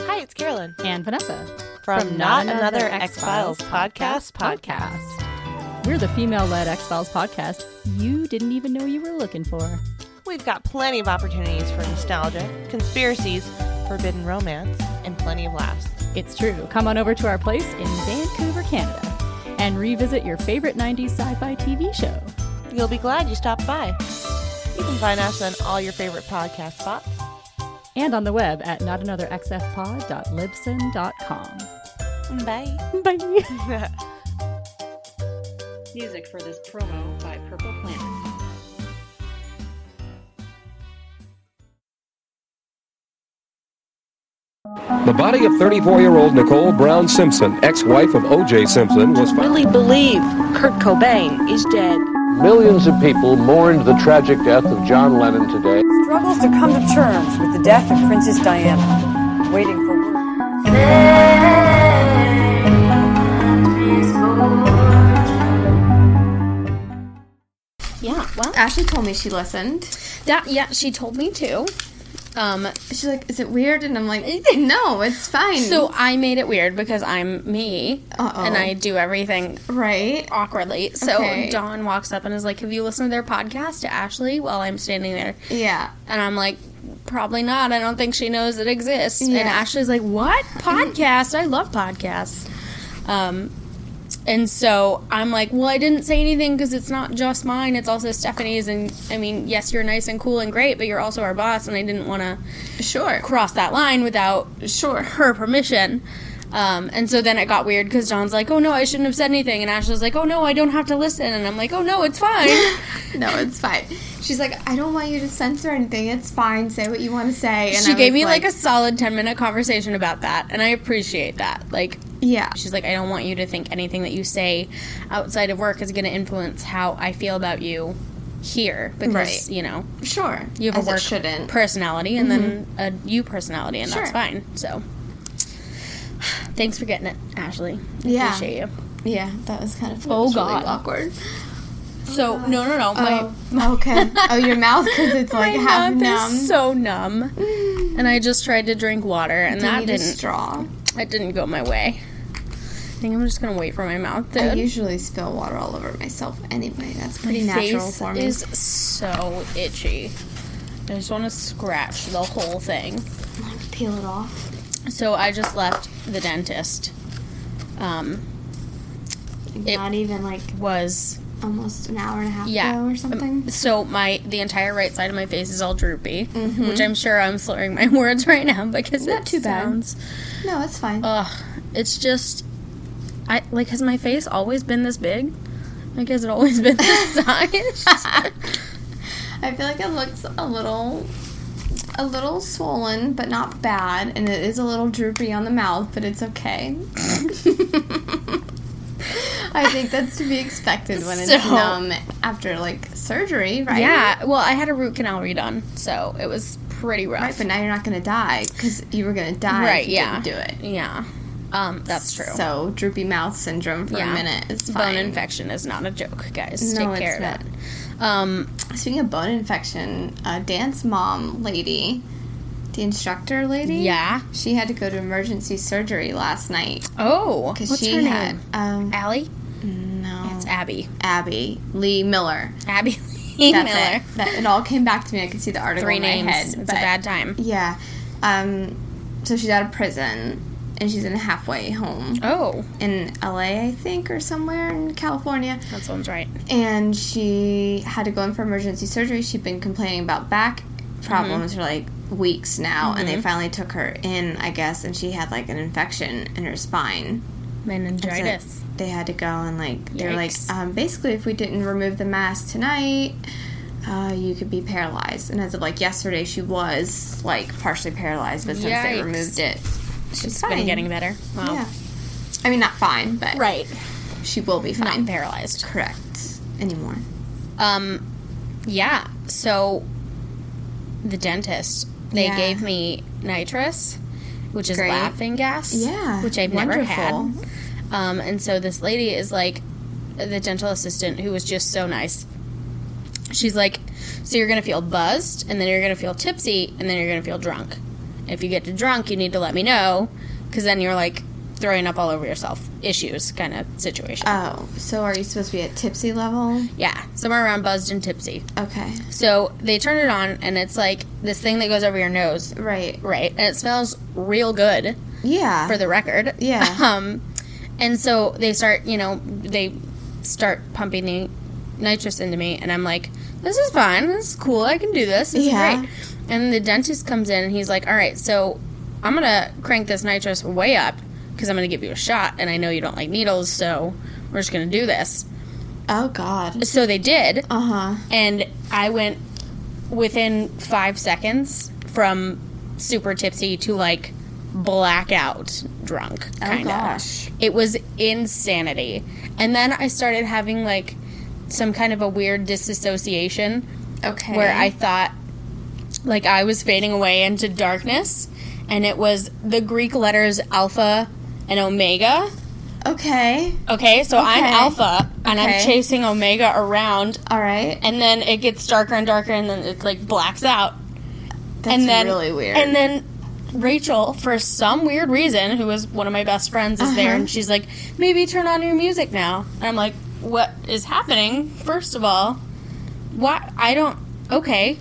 Hi, it's Carolyn and Vanessa from, Not Another X Files podcast podcast. We're the female led X Files podcast you didn't even know you were looking for. We've got plenty of opportunities for nostalgia, conspiracies, forbidden romance, and plenty of laughs. It's true. Come on over to our place in Vancouver, Canada, and revisit your favorite 90s sci fi TV show. You'll be glad you stopped by. You can find us on all your favorite podcast spots. And on the web at notanotherxfpod.libsen.com. Bye. Bye. Music for this promo by Purple Planet. The body of 34 year old Nicole Brown Simpson, ex wife of O.J. Simpson, was found. really believe Kurt Cobain is dead. Millions of people mourned the tragic death of John Lennon today. struggles to come to terms with the death of Princess Diana, waiting for word. Yeah, well, Ashley told me she listened. that yeah, she told me too. Um, She's like, "Is it weird?" And I'm like, "No, it's fine." so I made it weird because I'm me Uh-oh. and I do everything right, awkwardly. So Okay. Dawn walks up and is like, "Have you listened to their podcast to Ashley?" While I'm standing there, yeah, and I'm like, "Probably not. I don't think she knows it exists." Yeah. And Ashley's like, "What podcast? I love podcasts." Um, and so I'm like, "Well, I didn't say anything because it's not just mine. It's also Stephanie's. And I mean, yes, you're nice and cool and great, but you're also our boss, and I didn't want to." sure, cross that line without Sure. her permission. Um, and so then it got weird because John's like, "Oh no, I shouldn't have said anything," and Ashley's like, "Oh no, I don't have to listen," and I'm like, "Oh no, it's fine." no, it's fine. She's like, "I don't want you to censor anything. It's fine. Say what you want to say." And she I gave was me like, a solid ten minute conversation about that, and I appreciate that. Like, yeah, she's like, "I don't want you to think anything that you say outside of work is going to influence how I feel about you here because Right. you know sure. you have As a it work shouldn't. personality and then a you personality, and that's Sure. fine." So. Thanks for getting it, Ashley. Yeah. Appreciate you. yeah, that was kind of it Oh, was really God. awkward. So no, no, no. Oh My Oh Oh, okay. Oh, your mouth because it's like my half mouth numb. is so numb, and I just tried to drink water, and I that need a didn't. straw. That didn't go my way. I think I'm just gonna wait for my mouth to. I usually spill water all over myself anyway. That's my pretty natural face for me. is so itchy. I just want to scratch the whole thing. Peel it off. So I just left the dentist. Um, It- Not even like was almost an hour and a half Yeah. ago or something. so my the entire right side of my face is all droopy, which I'm sure I'm slurring my words right now because Mm-hmm. Not it too bad. sounds no, it's fine. Ugh, it's just, I like. Has my face always been this big? Like, has it always been this size? I feel like it looks a little, a little swollen, but not bad, and it is a little droopy on the mouth, but it's okay. I think that's to be expected when it's So- numb after like surgery, right? yeah. Well, I had a root canal redone, so it was pretty rough. Right, but now you're not gonna die because you were gonna die Right, if you yeah. didn't do it. yeah, um, that's true. So droopy mouth syndrome for Yeah. a minute is Bone fine. infection is not a joke, guys. No, Take it's care of not. it. Um, Speaking of bone infection, a dance mom lady, the instructor lady, yeah. she had to go to emergency surgery last night Oh, because what's she her had name? um Allie. no It's Abby. Abby Lee Miller. Abby Lee That's Miller. Oh. it. That, it all came back to me. I could see the article Three in names. my head. it's a but- bad time. Yeah, um, so she's out of prison and she's in a halfway home Oh, in LA, I think, or somewhere in California. that sounds right. and she had to go in for emergency surgery. She'd been complaining about back problems for like weeks now, and Mm-hmm. they finally took her in, I guess, and she had like an infection in her spine. So Meningitis. They had to go and like they're like Yikes. um, basically if we didn't remove the mask tonight. Uh, you could be paralyzed, and as of like yesterday, she was like partially paralyzed, but since they Yikes. removed it, she's It's fine. been getting better. Wow. Yeah, I mean not fine, but Right. she will be Not fine. paralyzed. Correct anymore. Um, yeah. So the dentist, they Yeah. gave me nitrous, which is Great. laughing gas. Yeah, Which I've never had. wonderful. Um, and so this lady is like the dental assistant who was just so nice. She's like, so you're gonna feel buzzed, and then you're gonna feel tipsy, and then you're gonna feel drunk. If you get too drunk, you need to let me know because then you're like throwing up all over yourself. Issues kind of situation. Oh, so are you supposed to be at tipsy level? yeah, somewhere around buzzed and tipsy. Okay. So they turn it on and it's like this thing that goes over your nose. Right. Right. And it smells real good Yeah. for the record. Yeah. Um, and so they start, you know, they start pumping the nitrous into me, and I'm like, this is fine. This is cool. I can do this. This Yeah. is great. And the dentist comes in, and he's like, all right, so I'm going to crank this nitrous way up because I'm going to give you a shot, and I know you don't like needles, so we're just going to do this. oh God. So they did, Uh huh. and I went within five seconds from super tipsy to like blackout drunk. Oh Kind of. gosh. It was insanity. And then I started having like some kind of a weird disassociation Okay. where I thought like I was fading away into darkness and it was the Greek letters alpha and omega. Okay. Okay, so I'm Okay. alpha and I'm Okay. chasing omega around All right. and then it gets darker and darker and then it like blacks out That's and then really weird. And then Rachel, for some weird reason, who was one of my best friends, is there, and she's like, "Maybe turn on your music now." And I'm like, "What is happening?" First of all, what I don't okay,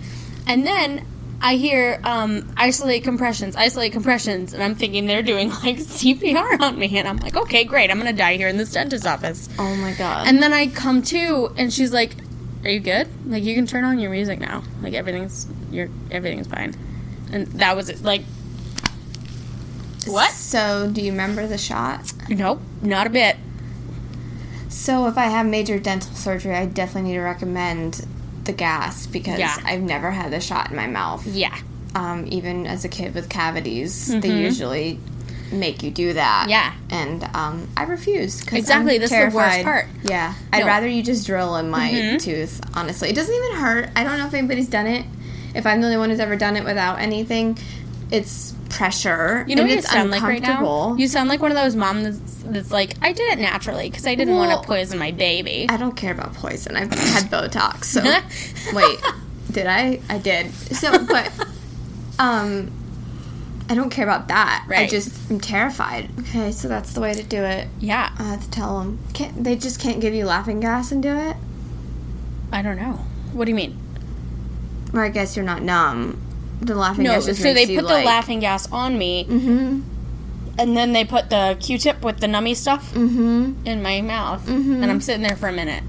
and then. I hear um, isolate compressions, isolate compressions, and I'm thinking they're doing like CPR on me, and I'm like, okay, great, I'm gonna die here in this dentist's office. oh my God. And then I come to, and she's like, "Are you good? Like you can turn on your music now. Like everything's you're everything's fine." And that was it. Like what? So do you remember the shot? Nope, not a bit. So if I have major dental surgery, I definitely need to recommend the gas because Yeah. I've never had the shot in my mouth. Yeah, Um, even as a kid with cavities, they usually make you do that. Mm-hmm. Yeah. And um, I refuse. 'cause Exactly, I'm that's the worst terrified. part. Yeah. I'd No. Mm-hmm. rather you just drill in my tooth, honestly. It doesn't even hurt. I don't know if anybody's done it. If I'm the only one who's ever done it without anything, it's pressure. you know and what you it's sound like right now. uncomfortable. You sound like one of those moms that's, that's like, "I did it naturally because I didn't want Well- to poison my baby." I don't care about poison. I've had Botox, so wait, did I? I did. So, but um, I don't care about that. I Right. just am terrified. Okay, so that's the way to do it. yeah, I have to tell them. Can't, they just can't give you laughing gas and do it. I don't know. What do you mean? Or I guess you're not numb. The laughing No, gas just so they makes you, put the like- laughing gas on me, mm-hmm. and then they put the Q-tip with the nummy stuff Mm-hmm. in my mouth, and I'm sitting there for a minute,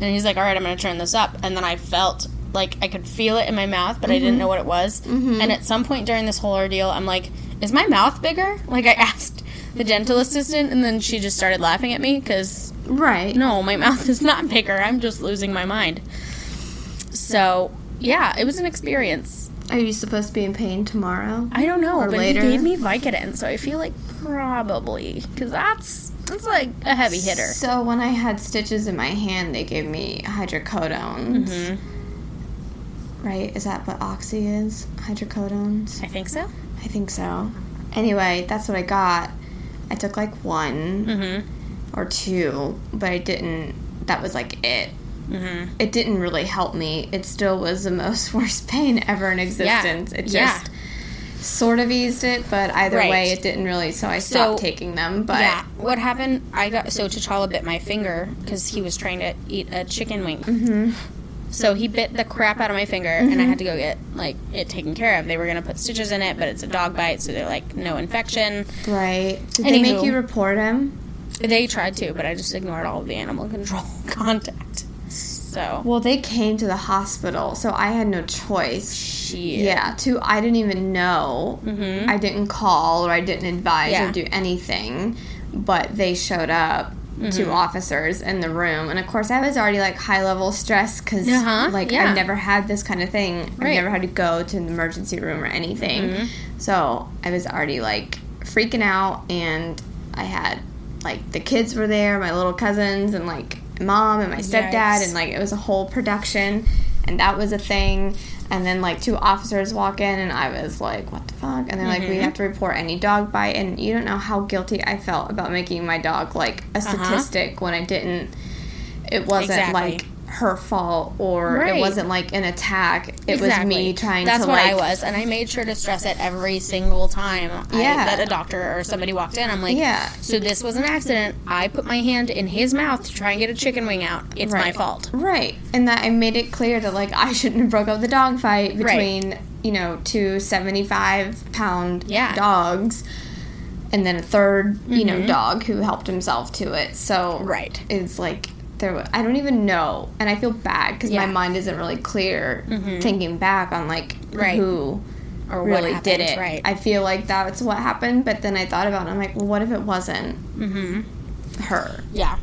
and he's like, "All right, I'm going to turn this up," and then I felt like I could feel it in my mouth, but I Mm-hmm. didn't know what it was, and at some point during this whole ordeal, I'm like, "Is my mouth bigger?" Like I asked the dental assistant, and then she just started laughing at me because Right. no, my mouth is not bigger. I'm just losing my mind. So yeah, it was an experience. Are you supposed to be in pain tomorrow? I don't know, Or but later. he gave me Vicodin, so I feel like probably because that's that's like a heavy hitter. So when I had stitches in my hand, they gave me hydrocodones. Right? Is that what oxy is? Hydrocodones? Mm-hmm. I think so. I think so. Anyway, that's what I got. I took like one Mm-hmm. or two, but I didn't. That was like it. Mm-hmm. It didn't really help me. It still was the most worst pain ever in existence. It just Yeah. sort of eased it, but either Right. way, it didn't really. So I stopped taking them. But yeah, what happened? I got so T'Challa bit my finger because he was trying to eat a chicken wing. Mm-hmm. So he bit the crap out of my finger, and I had to go get like it taken care of. They were gonna put stitches in it, but it's a dog bite, so they're like no infection. right? Did they make Anywho. you report him? They tried to, but I just ignored all of the animal control contact. So Well, they came to the hospital, so I had no choice. she Yeah, too. I didn't even know. I didn't call or I didn't advise Mm-hmm. Yeah. or do anything, but they showed up. Two Mm-hmm. officers in the room, and of course, I was already like high level stress because Uh-huh, like yeah. I've never had this kind of thing. I've Right. Mm-hmm. never had to go to an emergency room or anything, so I was already like freaking out, and I had like the kids were there, my little cousins, and like mom and my stepdad, Yikes. and like it was a whole production, and that was a thing. And then like two officers walk in, and I was like, "What the fuck?" And they're like, Mm-hmm. "We have to report any dog bite," and you don't know how guilty I Uh-huh. felt about making my dog like a statistic when I didn't. It wasn't Exactly. like her fault or Right. it wasn't like an attack. It was me trying That's to what like I was, and I made sure to stress it every single time I- Yeah. that a doctor or somebody walked in. I'm like, Yeah. So this was an accident. I put my hand in his mouth to try and get a chicken wing out. It's my Right. fault. Right. And that I made it clear that like I shouldn't have broke up the dog fight between, you know, two 75 pound Yeah. Mm-hmm. dogs and then a 3rd you know, dog who helped himself to it. So Right. It's like there wa- I don't even know. And I feel bad cuz Yeah. Mm-hmm. my mind isn't really clear thinking back on like Right. who Or what really did happened, it. Right. I feel like that's what happened, but then I thought about it. I'm like, well, what if it wasn't Mm-hmm. her? yeah.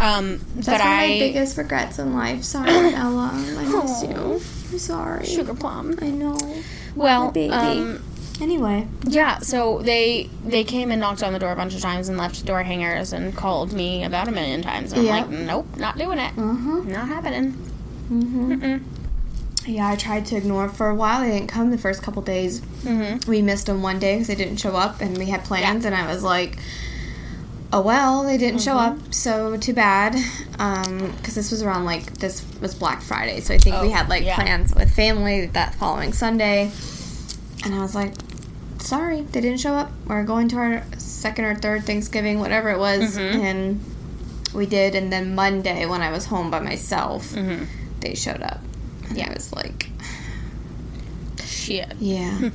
Um, but That's one of I my biggest regrets in life. Sorry, Ella. I miss you. I'm sorry. sugar plum. I know. Well, baby. um, Anyway, yeah. So they they came and knocked on the door a bunch of times and left door hangers and called me about a million times. And I'm Yeah. like, nope, not doing it. Mm. Uh-huh. Not happening. yeah, I tried to ignore it for a while. They didn't come the first couple days. Mm-hmm. We missed them one day because they didn't show up, and we had plans. And I was like, "Oh well, they didn't show up, so too bad." Because this was around like this was Black Friday, so I think we had like yeah. plans with family that following Sunday. And I was like, sorry, they didn't show up. We're going to our second or third Thanksgiving, whatever it was. And we did. And then Monday, when I was home by myself, they showed up. And I was like, "Hmm." Shit. yeah. I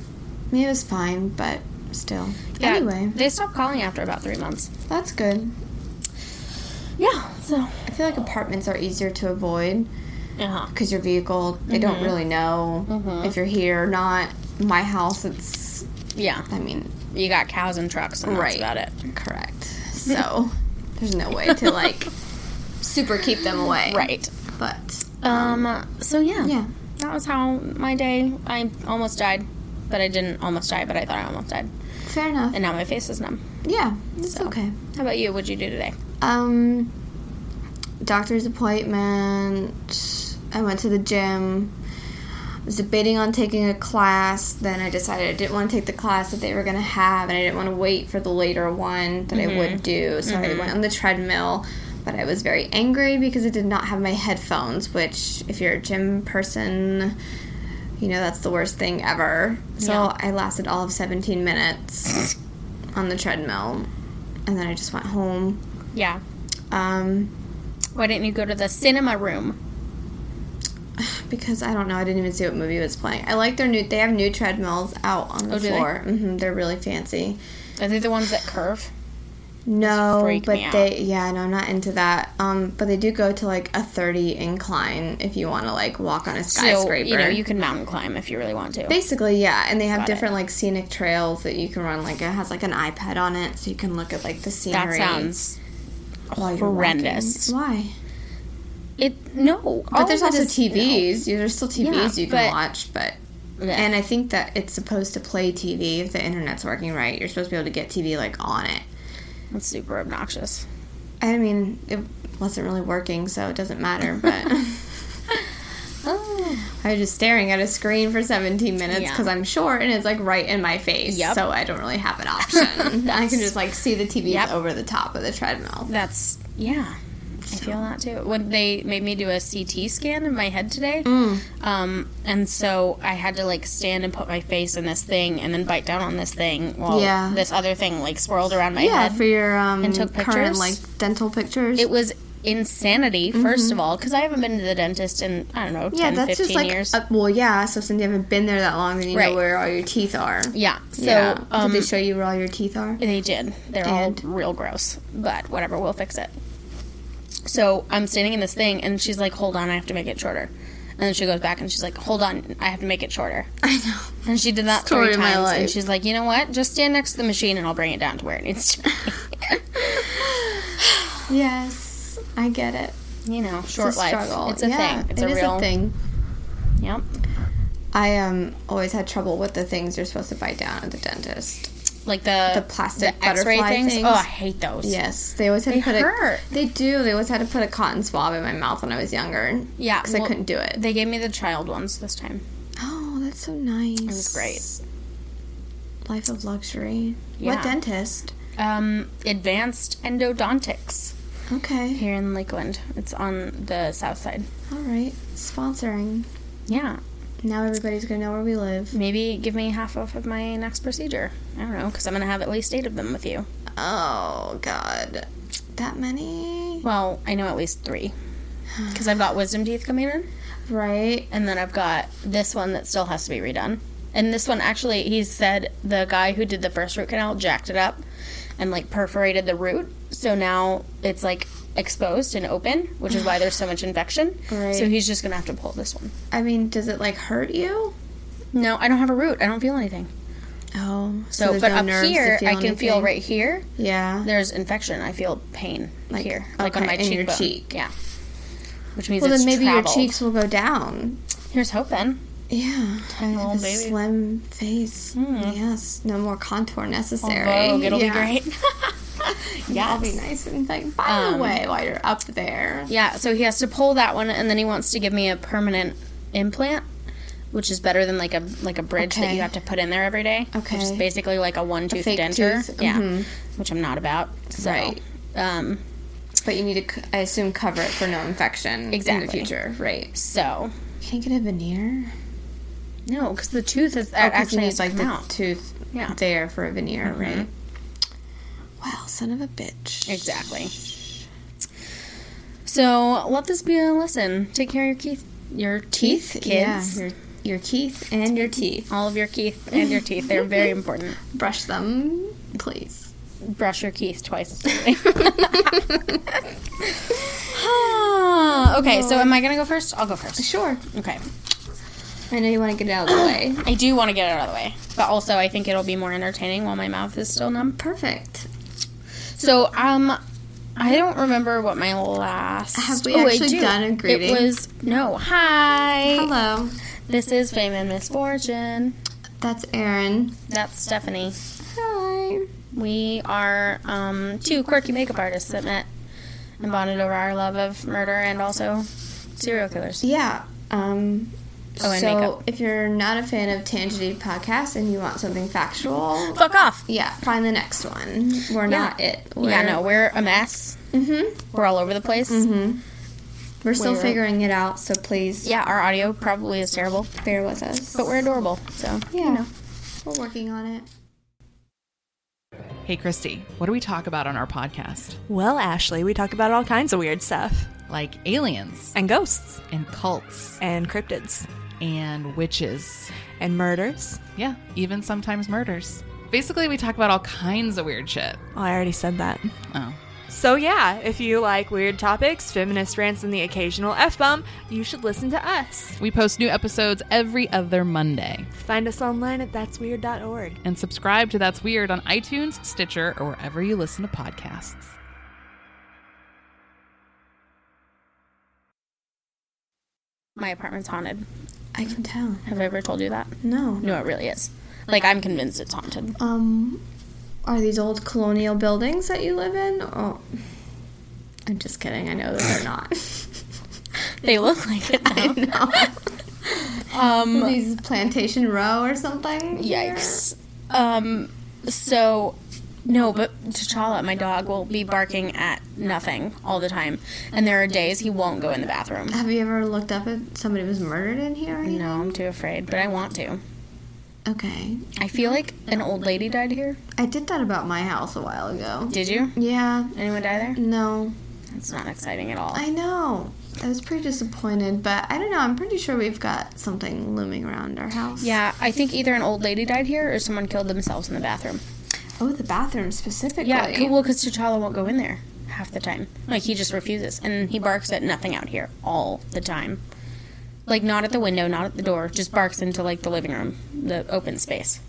mean, it was fine, but still. Yeah, Anyway, they stopped calling after about three months. that's good. Yeah. So. I feel like apartments are easier to avoid Uh huh. because your vehicle, they don't really know if you're here or not. My house, it's, Yeah. I mean, You got cows and trucks, and Right. that's about it. correct. So there's no way to like super keep them away. Right. But Um. So yeah. Yeah. That was how my day. I almost died, but I didn't almost die. But I thought I almost died, fair enough. and now my face is numb. Yeah, it's okay. How about you? What'd you do today? Um, doctor's appointment. I went to the gym. I was debating on taking a class. Then I decided I didn't want to take the class that they were going to have, and I didn't want to wait for the later one that I would do. So I went on the treadmill. But I was very angry because I did not have my headphones, which, if you're a gym person, you know that's the worst thing ever. So I lasted all of 17 minutes on the treadmill, and then I just went home. Yeah. Um, Why didn't you go to the cinema room? because I don't know, I didn't even see what movie was playing. I like their new. They have new treadmills out on the Oh, do they? floor. hmm they're really fancy. Are they the ones that curve? No, freaked but me out. they. Yeah, no, I'm not into that. Um, but they do go to like a 30 incline if you want to like walk on a So skyscraper. you know you can mountain climb if you really want to. Basically, yeah, and they have different like scenic trails that you can run. Like it has like an iPad on it, so you can look at like the that scenery. sounds while you're walking. horrendous. Why? It no. But there's also TVs. Yeah, There's still TVs Yeah, you can but- watch, but And I think that it's supposed to play TV if the internet's working right. You're supposed to be able to get TV like on it. it's super obnoxious. I mean, it wasn't really working, so it doesn't matter. But I was just staring at a screen for 17 minutes Yeah. because I'm short and it's like right in my face. Yep. So I don't really have an option. I can just like see the TV Yep. over the top of the treadmill. That's yeah. I feel that too. When they made me do a CT scan of my head today, Mm. um, and so I had to like stand and put my face in this thing and then bite down on this thing while Yeah. this other thing like swirled around my Yeah, head. for your um, And took current pictures? like dental pictures. it was insanity, first of all, because I haven't been to the dentist in I don't know yeah, 10, that's 15 just like years. uh, well, yeah. So since you haven't been there that long, then you Right. know where all your teeth are. yeah, so yeah. Um, Did they show you where all your teeth are? They did. They're And? all real gross, but whatever, we'll fix it. So I'm standing in this thing, and she's like, "Hold on, I have to make it shorter." And then she goes back, and she's like, "Hold on, I have to make it shorter." I know. And she did that Story three of my times, and life. she's like, "You know what? Just stand next to the machine, and I'll bring it down to where it needs to." be. Yes, I get it. you know, short It's a life. struggle. It's a Yeah, thing. It's it a is real thing. Yep. I um always had trouble with the things you're supposed to bite down at the dentist. Like the The plastic X-ray butterfly things. things. Oh, I hate those. Yes, they always had They to put a. hurt. They do. They always had to put a cotton swab in my mouth when I was younger. Yeah, because well, I couldn't do it. They gave me the child ones this time. oh, that's so nice. It was great. Life of luxury. Yeah. What dentist? Um, advanced endodontics. Okay. here in Lakeland. It's on the south side. All right. Sponsoring. Yeah. Now everybody's gonna know where we live. Maybe give me half off of my next procedure. I don't know, because I'm going to have at least eight of them with you. Oh God, that many? Well, I know at least three. Because I've got wisdom teeth coming in, Right. and then I've got this one that still has to be redone. And this one, actually, he said the guy who did the first root canal jacked it up and like perforated the root. So now it's like exposed and open, which is why there's so much infection. Right. So he's just going to have to pull this one. I mean, does it like hurt you? No, I don't have a root. I don't feel anything. Oh, So, there's but no up nerves to here, I can feel anything? right here. Yeah. There's infection. I feel pain Like- here, like on okay, my in cheekbone. your cheek. Yeah. Which means Well, it's then maybe traveled. your cheeks will go down. Here's hoping. Yeah. Oh, Hmm. I little have a baby. slim face. Yes. No more contour necessary. Vogue, it'll Yeah. be great. That'll be yes. nice and like. By the Um, way, while you're up there, Yeah. So he has to pull that one, and then he wants to give me a permanent implant, which is better than like a like a bridge that Okay. you have to put in there every day. Which is Okay. basically like a one tooth fake denture. tooth, Yeah. mhm. Which I'm not about. So, Right. Um. but you need to, c- I assume, cover it for no infection Exactly. in the future, right? So Can you get a veneer? no, because the tooth is Oh, that 'cause you actually need, has to like come the out. tooth Yeah. there for a veneer, right? Wow, son of a bitch. Exactly. So let this be a lesson. Take care of your teeth, your teeth, Teeth, kids. yeah, your your teeth and your teeth. All of your teeth and your teeth. They're very important. Brush them, please. Brush your teeth twice. Ah, okay, so am I gonna go first? I'll go first. Sure. Okay. I know you want to get it out of the way. I do want to get it out of the way, but also I think it'll be more entertaining while my mouth is still numb. Perfect. So, um, I don't remember what my last. Oh, Have we I actually do. done a greeting? It was no. Hi. Hello, This is Fame and Misfortune. that's Erin. That's Stephanie. Hi. We are um, two quirky makeup artists that met and bonded over our love of murder and also serial killers. Yeah. Um. Oh, and so, makeup. if you're not a fan of Tangity podcast and you want something factual, Fuck off! yeah, find the next one. We're not it. We're, yeah, no, we're a mess. Mm-hmm. We're all over the place. We're still We're- figuring it out, so please Yeah, our audio probably is terrible, bear with us. but we're adorable. So yeah, we're working on it. Hey, Christy, what do we talk about on our podcast? Well, Ashley, we talk about all kinds of weird stuff Like aliens and ghosts and cults and cryptids and witches. and murders. Yeah, even sometimes murders. Basically, we talk about all kinds of weird shit. Oh, I already said that. Oh. So, yeah, if you like weird topics, feminist rants, and the occasional F bomb, you should listen to us. We post new episodes every other Monday. Find us online at that'sweird.org. And subscribe to That's Weird on iTunes, Stitcher, or wherever you listen to podcasts. my apartment's haunted. I can tell. Have I ever told you that? No. No, it really is. Like I'm convinced it's haunted. Um, are these old colonial buildings that you live in? Oh, I'm just kidding. I know that they're not. They look like it. Though. um, these plantation row or something. Yikes. Um, so, no, but T'Challa, my dog, will be barking at nothing all the time. And there are days he won't go in the bathroom. Have you ever looked up if somebody was murdered in here? or No, I'm too afraid, but I want to. Okay. I feel like an old lady died here. I did that about my house a while ago. Did you? Yeah. Anyone die there? No. It's not exciting at all. I know. I was pretty disappointed, but I don't know. I'm pretty sure we've got something looming around our house. Yeah, I think either an old lady died here or someone killed themselves in the bathroom. Oh, the bathroom specifically. Yeah, c- well, because T'Challa won't go in there half the time. Like, he just refuses. And he barks at nothing out here all the time. Like, not at the window, not at the door. Just barks into, like, the living room, the open space.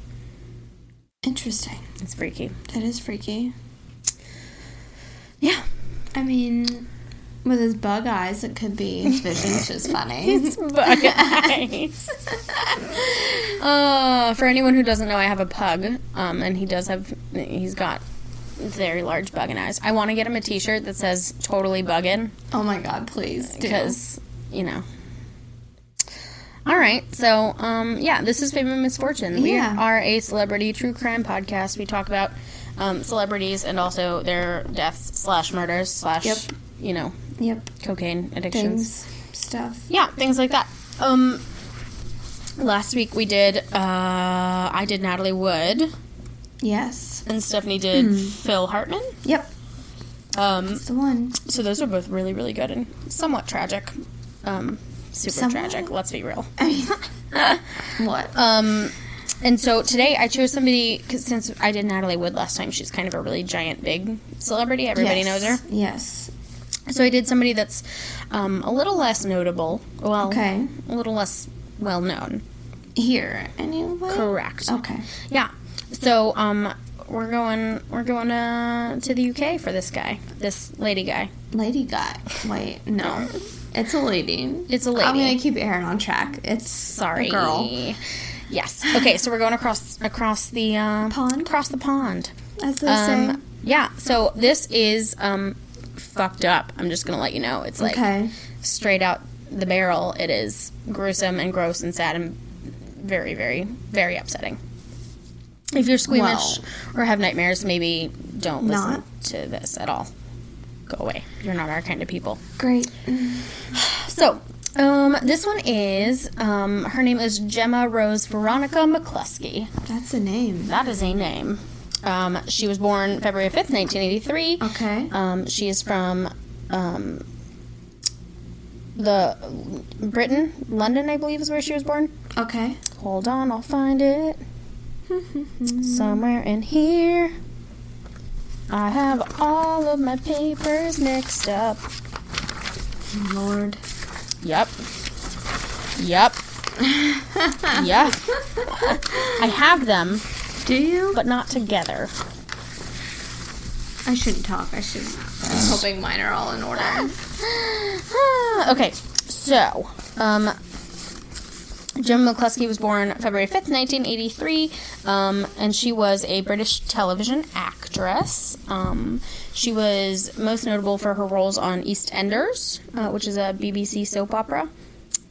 Interesting. It's freaky. That is freaky. Yeah. I mean, with his bug eyes, it could be his vision's just funny. Bug eyes. uh, for anyone who doesn't know, I have a pug. Um, and he does have, he's got very large buggin' eyes. I want to get him a t shirt that says totally buggin'. oh my god, please do. because you know. All right, so um, yeah, this is Fame and Misfortune. We Yeah. are a celebrity true crime podcast. We talk about um, celebrities and also their deaths slash murders slash Yep. you know Yep. cocaine addictions. Things, stuff. Yeah, things like that. Um, last week we did. Uh, I did Natalie Wood Yes. and Stephanie did Hmm. Phil Hartman. Yep. Um, It's the one. so those are both really really good and somewhat tragic. Um, super Somewhat? tragic. Let's be real. What? Um, and so today I chose somebody because since I did Natalie Wood last time, she's kind of a really giant, big celebrity. Everybody Yes. knows her. Yes. So I did somebody that's um, a little less notable. Well, Okay. a little less well known. Here anyway. Correct. Okay. Yeah. So um, we're going we're going uh, to the UK for this guy, this lady guy. Lady guy. Wait, no. It's a lady. It's a lady. I'm gonna keep Aaron on track. It's Sorry, a girl. Yes. Okay. So we're going across across the uh, Pond? Across the pond. As they Um, yeah. So this is um, fucked up. I'm just gonna let you know. It's say. like Okay. straight out the barrel. It is gruesome and gross and sad and very, very, very upsetting. If you're squeamish or have nightmares, maybe don't listen Not. to this at all. Go away. You're not our kind of people. Great. So, um, this one is um, her name is Gemma Rose Veronica McCluskey. That's a name. That is a name. Um, she was born February 5th, 1983. Okay. Um, she is from um, the Britain, London, I believe, is where she was born. Okay. Hold on, I'll find it somewhere in here. I have all of my papers mixed up. Lord. Yep. Yep. yeah. I have them, Do you? but not together. I shouldn't talk. I should. I'm hoping mine are all in order. Ah, okay, so um, Jim McCluskey was born February 5th, 1983, um, and she was a British television actress. Um, she was most notable for her roles on EastEnders, uh, which is a BBC soap opera,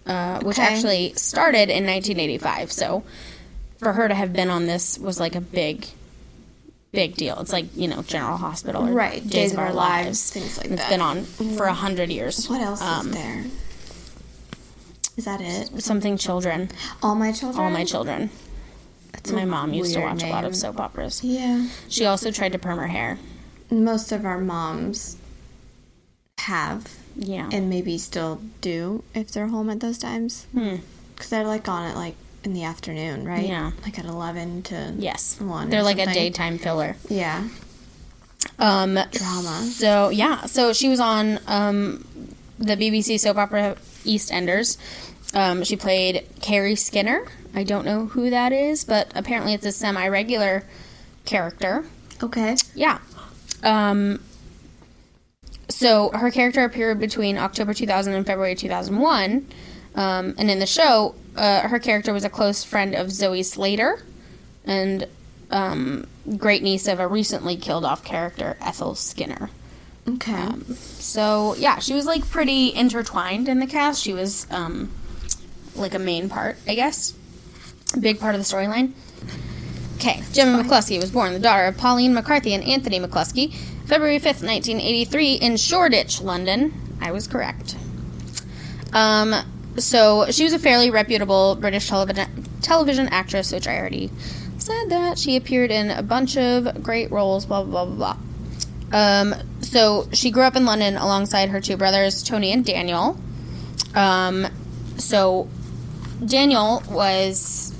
uh, which Okay. actually started in 1985. So for her to have been on this was like a big. Big deal. It's like you know, General Hospital, or Right, Days of Our Lives, things like And It's that. been on for a hundred years. What else Um, is there? Is that it? Something children. All my children. All my children. My mom used to weird watch a lot of name. soap operas. Yeah. She also tried to perm her hair. Most of our moms have, Yeah. and maybe still do if they're home at those times. Hmm. Because they're like on it like in the afternoon, right? Yeah. Like at eleven to yes. one. or They're like a something. daytime filler. Yeah. Um, Drama. So yeah, so she was on um, the BBC soap opera EastEnders. Um, she played Carrie Skinner. I don't know who that is, but apparently it's a semi-regular character. Okay. Yeah. Um, so her character appeared between October 2000 and February 2001. Um, and in the show, uh, her character was a close friend of Zoe Slater and um, great niece of a recently killed off character, Ethel Skinner. Okay. So, yeah, she was like pretty intertwined in the cast. She was um, like a main part, I guess, a big part of the storyline. Okay, Gemma McCluskey was born the daughter of Pauline McCarthy and Anthony McCluskey, February 5th, 1983, in Shoreditch, London. I was correct. Um, so she was a fairly reputable British television television actress, which I already said that she appeared in a bunch of great roles. Blah blah blah blah. blah. Um, so she grew up in London alongside her two brothers, Tony and Daniel. Um, so Daniel was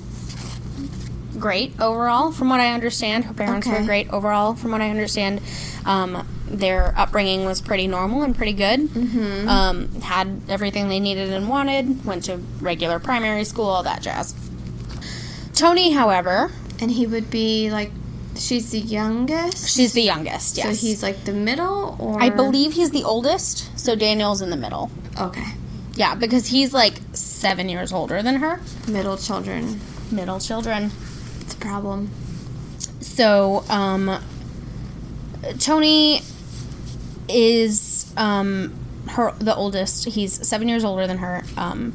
great overall, from what I understand. Her parents Okay. were great overall, from what I understand. Um, their upbringing was pretty normal and pretty good. Mm-hmm. Um, had everything they needed and wanted. Went to regular primary school, all that jazz. Tony, however, And he would be like, she's the youngest. she's the youngest. Yes, So he's like the middle, or I believe he's the oldest. So Daniel's in the middle. Okay. Yeah, because he's like seven years older than her. Middle children. Middle children. It's a problem. So, um, Tony is um, her the oldest. He's seven years older than her, um,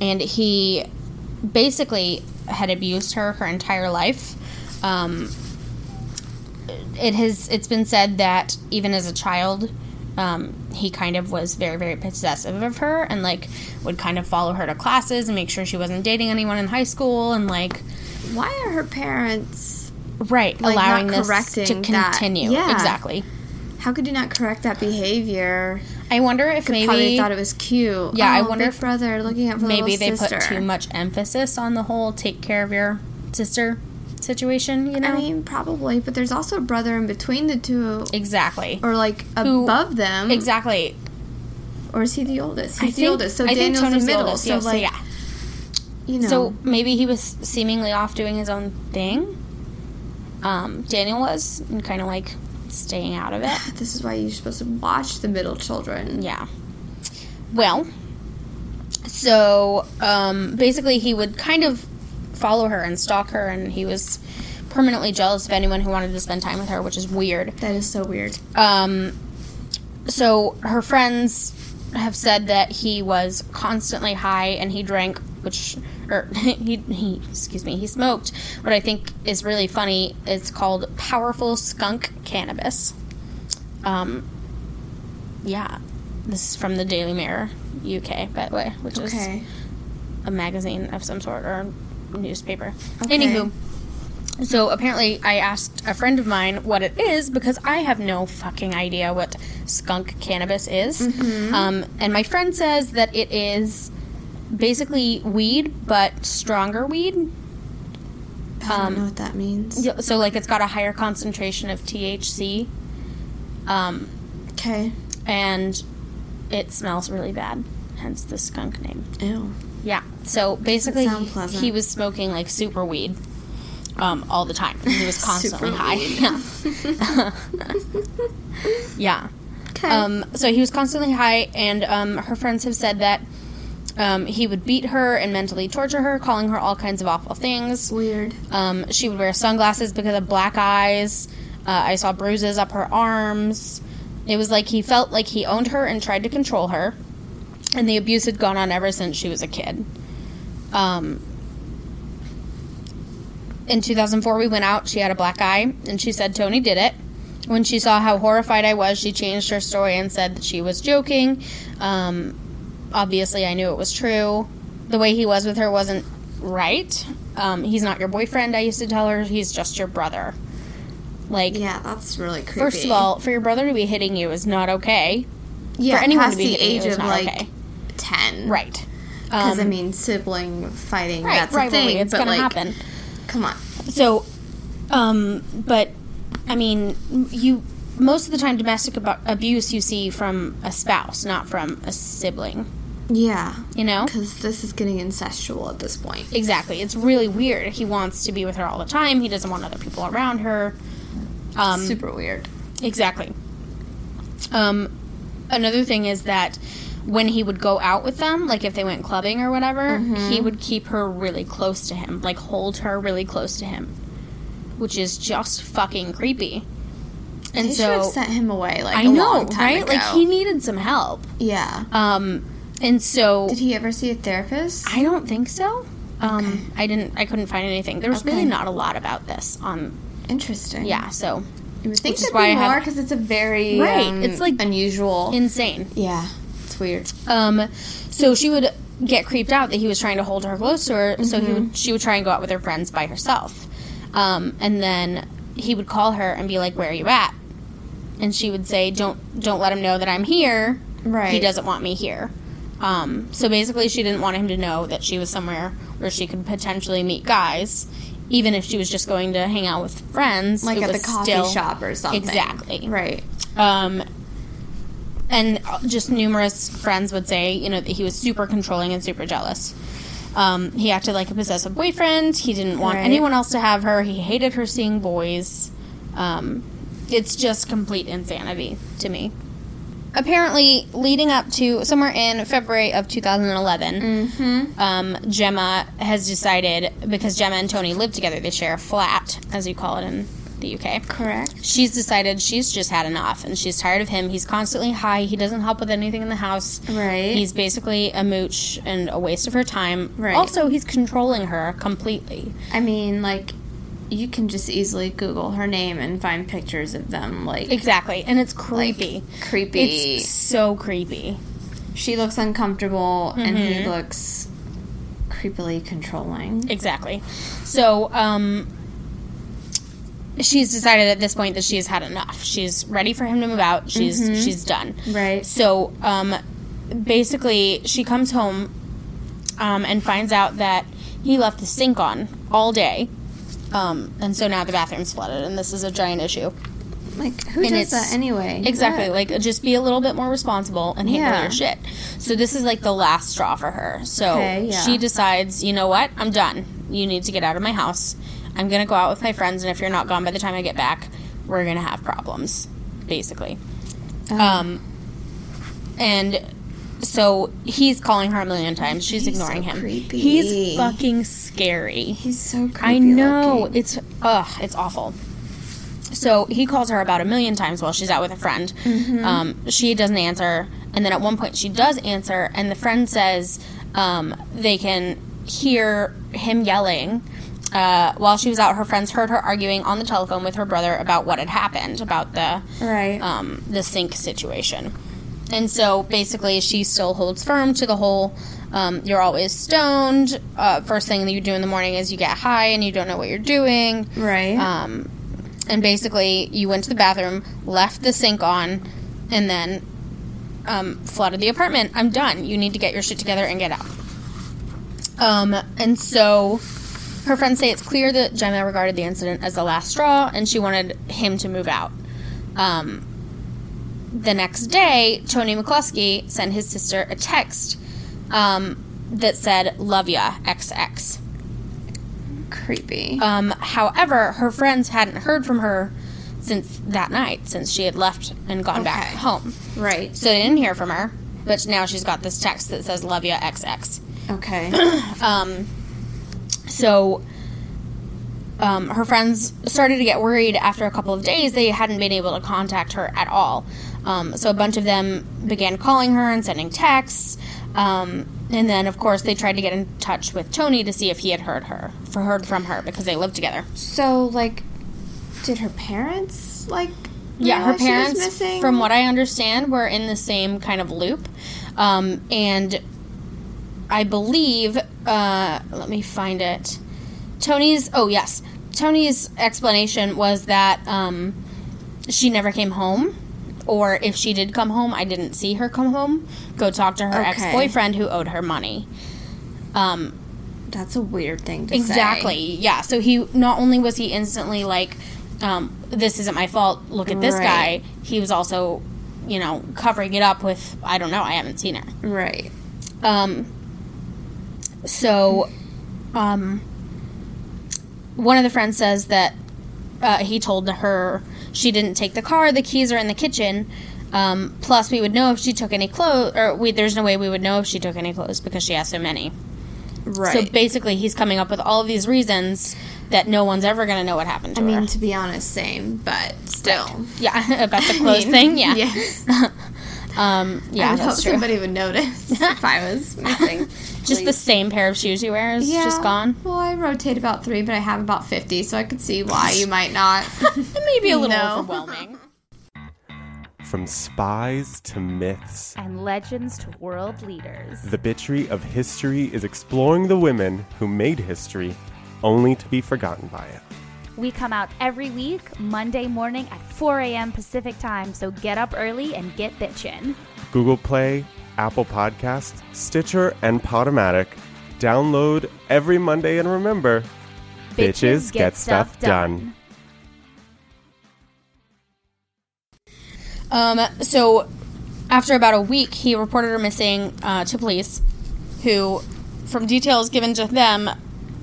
and he basically had abused her her entire life. Um, it has it's been said that even as a child um, he kind of was very very possessive of her and like would kind of follow her to classes and make sure she wasn't dating anyone in high school and like why are her parents right like, not allowing this to correcting that? continue Yeah. exactly how could you not correct that behavior i wonder if Could maybe probably thought it was cute Yeah, I Oh, wonder big if brother looking out for maybe little they sister. put too much emphasis on the whole take care of your sister situation you know I mean, probably, but there's also a brother in between the two, exactly or like Who- above them. exactly Or is he the oldest? He's I the think- oldest. So I think Daniel's Tony's the the middle. oldest, so yeah, so like, yeah. you know, So maybe he was seemingly off doing his own thing. Um, Daniel was and kind of like staying out of it. this is why you're supposed to watch the middle children. Yeah. Well, so um, basically he would kind of follow her and stalk her, and he was permanently jealous of anyone who wanted to spend time with her, which is weird. That is so weird. Um, so her friends have said that he was constantly high and he drank, which or he, he excuse me, he smoked. What I think is really funny is called powerful skunk cannabis. Um, yeah, this is from the Daily Mirror, UK, by the way, which is Okay. a magazine of some sort or newspaper. Okay. Anywho, so apparently I asked a friend of mine what it is because I have no fucking idea what skunk cannabis is. Um, and my friend says that it is basically weed, but stronger weed. I don't know what that means. Um, Yeah, So, like, it's got a higher concentration of THC. Um, Okay. and it smells really bad, hence the skunk name. Ew. Yeah. So basically, sound he- pleasant. he was smoking like super weed um, all the time. He was constantly Super high. Yeah. yeah. Okay. Um, so he was constantly high, and um, her friends have said that um, he would beat her and mentally torture her, calling her all kinds of awful things. Weird. Um, she would wear sunglasses because of black eyes. Uh, I saw bruises up her arms. It was like he felt like he owned her and tried to control her. And the abuse had gone on ever since she was a kid. Um, in 2004, we went out. She had a black eye, and she said Tony did it. When she saw how horrified I was, she changed her story and said that she was joking. Um, obviously, I knew it was true. The way he was with her wasn't right. Um, he's not your boyfriend, I used to tell her. He's just your brother. Like, Yeah, that's really creepy. first of all, for your brother to be hitting you is not okay. yeah, for anyone past to be the hitting you age is of not like okay. ten, Right. Um, Because I mean, sibling fighting. Right, that's rivalry. a thing. it's but gonna like, happen. Come on. So, um, but I mean, you most of the time domestic abo- abuse you see from a spouse, not from a sibling. Yeah. You know, Because this is getting incestual at this point. exactly. It's really weird. He wants to be with her all the time. He doesn't want other people around her. Um, Super weird. Exactly. Um, another thing is that when he would go out with them, like if they went clubbing or whatever, he would keep her really close to him, like hold her really close to him, which is just fucking creepy. And they should have so sent him away. Like I a know, long time right? Ago. Like he needed some help. Yeah. Um, and so Did he ever see a therapist? I don't think so. Um, I didn't. I couldn't find anything. There's really not a lot about this on. Interesting. Yeah, so You would think Which is there'd why I be have- more because it's a very Right, um, it's, like, unusual. insane. yeah, it's weird. Um, so she would get creeped out that he was trying to hold her close to her. So he would, she would try and go out with her friends by herself. Um, and then he would call her and be like, "Where are you at?" And she would say, "Don't don't let him know that I'm here. He Right. doesn't want me here." Um, so basically, she didn't want him to know that she was somewhere where she could potentially meet guys, even if she was just going to hang out with friends, Like it at the was coffee still- shop or something. Exactly Right. um, and just numerous friends would say, you know, that he was super controlling and super jealous. Um, he acted like a possessive boyfriend. He didn't want Right. anyone else to have her. He hated her seeing boys. Um, it's just complete insanity to me. Apparently, leading up to somewhere in February of 2011, Mm-hmm. um, Gemma has decided because Gemma and Tony live together, they share a flat, as you call it in the UK. Correct. She's decided she's just had enough and she's tired of him. He's constantly high. He doesn't help with anything in the house. Right. He's basically a mooch and a waste of her time. Right. Also, he's controlling her completely. I mean, like you can just easily Google her name and find pictures of them. Like Exactly, and it's creepy. creepy. It's so creepy. she looks uncomfortable, and Mhm. he looks creepily controlling. Exactly. So, um, she's decided at this point that she's had enough. She's ready for him to move out. She's Mhm. she's done. Right. So, um, basically, she comes home um, and finds out that he left the sink on all day. Um, and so now the bathroom's flooded, and this is a giant issue. Like who And does it's- that anyway? Exactly. Yeah. Like, uh, just be a little bit more responsible and handle Yeah. your shit. So, this is like the last straw for her. So, Okay, yeah. she decides, you know what? I'm done. You need to get out of my house. I'm going to go out with my friends, and if you're not gone by the time I get back, we're going to have problems, basically. Oh. Um, and so he's calling her a million times. She's He's ignoring so him. creepy. He's fucking scary. he's so creepy. I know looking. it's ugh, it's awful. So he calls her about a million times while she's out with a friend. Um, she doesn't answer, and then at one point she does answer, and the friend says um, they can hear him yelling. Uh, while she was out, her friends heard her arguing on the telephone with her brother about what had happened, about the right. um, the sink situation. And so basically, she still holds firm to the whole um, you're always stoned. Uh, first thing that you do in the morning is you get high and you don't know what you're doing. right. Um, and basically, you went to the bathroom, left the sink on, and then um, flooded the apartment. I'm done. You need to get your shit together and get out. Um, and so her friends say it's clear that Gemma regarded the incident as the last straw and she wanted him to move out. Um, the next day, Tony McCluskey sent his sister a text um, that said, Love ya, XX. creepy. Um, however, her friends hadn't heard from her since that night, since she had left and gone back Okay. home. right. So they didn't hear from her, but now she's got this text that says "Love ya XX." Okay. Um, so um, her friends started to get worried after a couple of days. They hadn't been able to contact her at all. Um, so a bunch of them began calling her and sending texts. Um, and then, of course, they tried to get in touch with Tony to see if he had heard her, for heard from her, because they lived together. so like, did her parents like? Yeah, her realize she was parents, missing? from what I understand, were in the same kind of loop. Um, and I believe, uh, let me find it. Tony's, oh, yes. Tony's explanation was that um, she never came home. Or if she did come home, I didn't see her come home. Go talk to her Okay. ex boyfriend who owed her money. Um, That's a weird thing to Exactly. say. Yeah. So he not only was he instantly like, um, "This isn't my fault. Look at this Right. guy." He was also, you know, covering it up with I don't know. I haven't seen her. Right. Um, so, um, one of the friends says that uh, he told her she didn't take the car. The keys are in the kitchen. Um, plus, we would know if she took any clothes, or we, there's no way we would know if she took any clothes because she has so many. Right. So basically, he's coming up with all of these reasons that no one's ever going to know what happened to I her. mean, to be honest, same, but still. yeah, about the I clothes mean, thing. Yeah. Yes. Um, I yeah, would hope that's true. somebody would notice if I was missing. just the same pair of shoes you wear is just gone. Well, I rotate about three, but I have about 50, so I could see why you might not. It may be a little No. overwhelming. From spies to myths, and legends to world leaders. the bitchery of history is exploring the women who made history only to be forgotten by it. We come out every week, Monday morning at 4 a.m. Pacific time, so get up early and get bitchin'. Google Play, Apple Podcasts, Stitcher, and Podomatic. Download every Monday and remember bitches, get, stuff, done. Um, so after about a week, he reported her missing uh, to police, who, from details given to them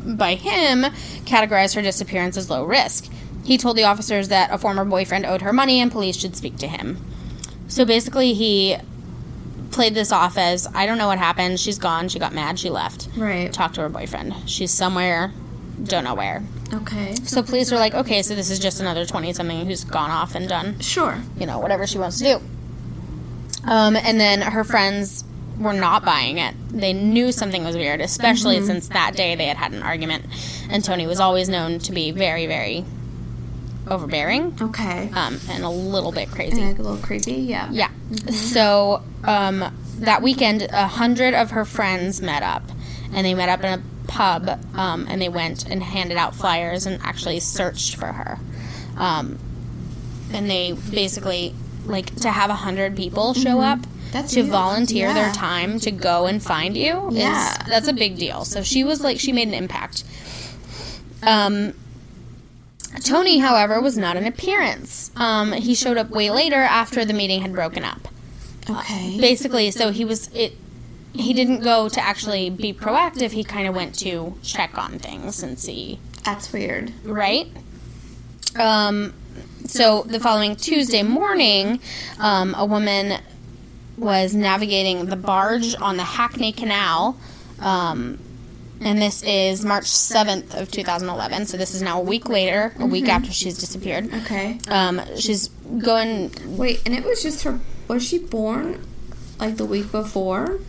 by him, categorized her disappearance as low risk. He told the officers that a former boyfriend owed her money and police should speak to him. So basically, he played this off as I don't know what happened. She's gone. She got mad. She left. Right. Talked to her boyfriend. She's somewhere. Don't know where. Okay. So police were like, okay, so this is just another 20 something who's gone off and done Sure. you know, whatever she wants to do. Um, and then her friends were not buying it. They knew something was weird, especially Mhm. since that day they had had an argument, and Tony was always known to be very, very overbearing. Okay. Um, and a little bit crazy. And Uh, a little creepy, yeah. Yeah. So um, that weekend, a hundred of her friends met up, and they met up in a pub, um, and they went and handed out flyers and actually searched for her. Um, and they basically like to have a hundred people show Mhm. up. That's to huge. volunteer their Yeah. time to go and find you is- Yeah. that's a big deal. So she was like she made an impact. Um, Tony, however, was not an appearance. Um, he showed up way later after the meeting had broken up. Okay. Basically, so he was it. He didn't go to actually be proactive. He kind of went to check on things and see. That's weird. Right. Um, so the following Tuesday morning, um, a woman was navigating the barge on the Hackney Canal. Um, and this is March 7th of 2011. So this is now a week later, a week Mhm. after she's disappeared. Okay. Um, she's going. Wait, and it was just her. Was she born like the week before?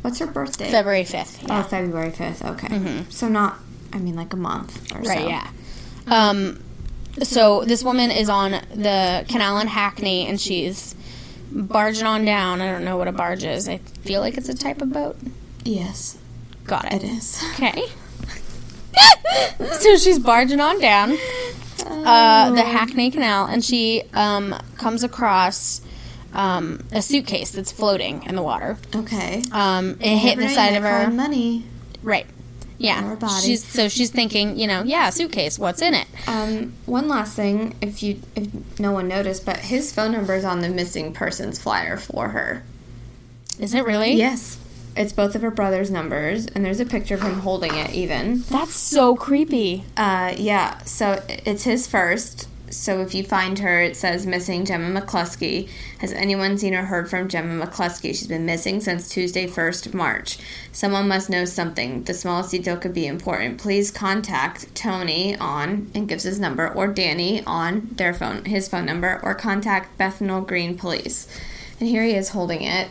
What's her birthday? February 5th. Oh, February 5th. Okay. Mhm. So not, I mean, like a month or so. Right, yeah. Um, so this woman is on the canal in Hackney, and she's barging on down. I don't know what a barge is. I feel like it's a type of boat. Yes. Got it. It is. Okay. so she's barging on down uh, the Hackney Canal, and she um, comes across um, a suitcase that's floating in the water. Okay. Um, it hit the Overnight, side I of her. found Money. Right. Yeah. Or a body. She's so she's thinking, you know, yeah, suitcase. What's in it? Um, one last thing, if you, if no one noticed, but his phone number is on the missing persons flyer for her. Is it really? Yes. It's both of her brother's numbers, and there's a picture of him holding it. Even. That's so creepy. Uh, yeah. So it's his first. So if you find her, it says missing Gemma McCluskey. Has anyone seen or heard from Gemma McCluskey? She's been missing since Tuesday, 1st of March. Someone must know something. The smallest detail could be important. Please contact Tony on and gives his number, or Danny on their phone, his phone number, or contact Bethnal Green Police. And here he is holding it.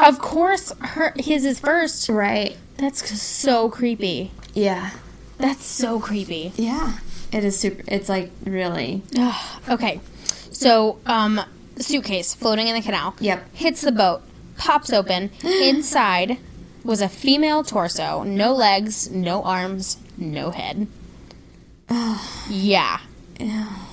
Of course, her his is first. Right. That's so creepy. Yeah. That's so creepy. Yeah. It is super. It's like really. Ugh, okay. So, um, suitcase floating in the canal. Yep. Hits the boat, pops open. Inside was a female torso, no legs, no arms, no head. yeah.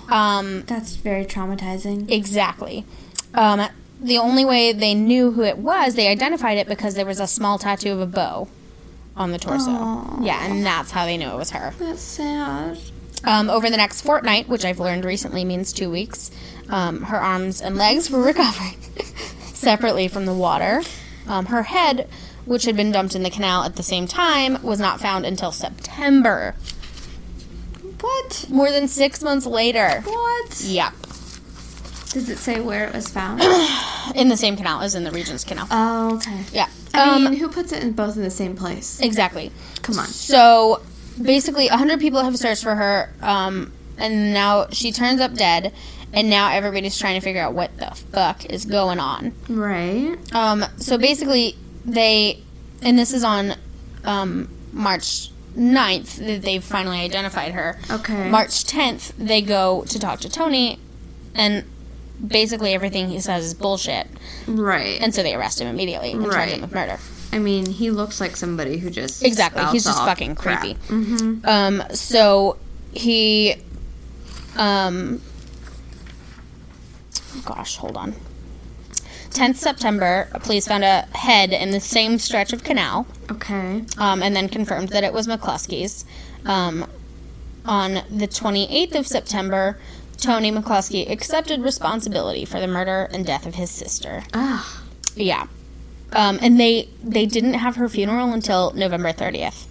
Um, That's very traumatizing. Exactly. Um, the only way they knew who it was, they identified it because there was a small tattoo of a bow on the torso. Yeah, and that's how they knew it was her. That's sad. Um, over the next fortnight, which I've learned recently means two weeks, um, her arms and legs were recovered separately from the water. Um, her head, which had been dumped in the canal at the same time, was not found until September. What? More than six months later. What? Yep. Does it say where it was found? In the same canal as in the Regent's Canal. oh, okay. Yeah. I Um, mean, who puts it in both in the same place? Exactly. Come on. So basically, 100 people have searched for her, um, and now she turns up dead, and now everybody's trying to figure out what the fuck is going on. Right. Um, so basically, they, and this is on um, March 9th that they've finally identified her. Okay. March 10th, they go to talk to Tony, and basically everything he says is bullshit. Right. Um, And so they arrest him immediately and charge Right. him with murder. I mean, he looks like somebody who just Exactly. He's just fucking creepy. Um, so he, um, gosh, hold on. 10th September, police found a head in the same stretch of canal, Okay. um, and then confirmed that it was McCluskey's. Um, on the 28th of September, Tony McCluskey accepted responsibility for the murder and death of his sister. Ah. Yeah. Um, and they they didn't have her funeral until November 30th,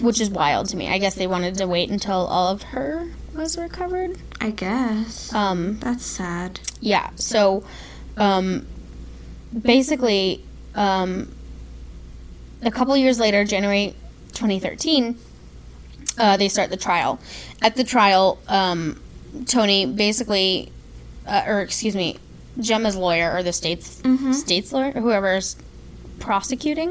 which is wild to me. I guess they wanted to wait until all of her was recovered. I guess. Um, That's sad. yeah. So, um, basically, um, a couple years later, January 2013, uh, they start the trial. At the trial, um, Tony basically, uh, or excuse me, Gemma's lawyer or the state's Mm-hmm. state's lawyer, or whoever's prosecuting.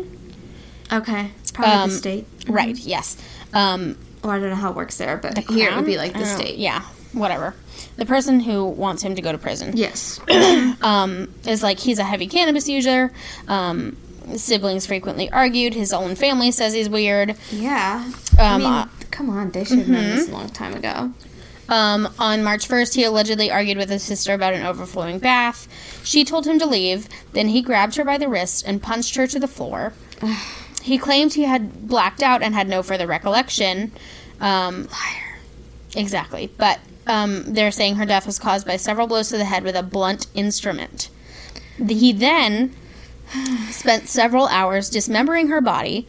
Okay, it's probably um, the state. Right. Yes. Um, well, I don't know how it works there, but here it would be like the state. Yeah. Whatever. The person who wants him to go to prison. Yes. um, is like he's a heavy cannabis user. Um, siblings frequently argued. His own family says he's weird. Yeah. Um, I mean, uh, come on, they should have known this Mhm. a long time ago. Um, on March 1st, he allegedly argued with his sister about an overflowing bath. She told him to leave. Then he grabbed her by the wrist and punched her to the floor. he claimed he had blacked out and had no further recollection. Um, Liar. Exactly. But um, they're saying her death was caused by several blows to the head with a blunt instrument. The- He then spent several hours dismembering her body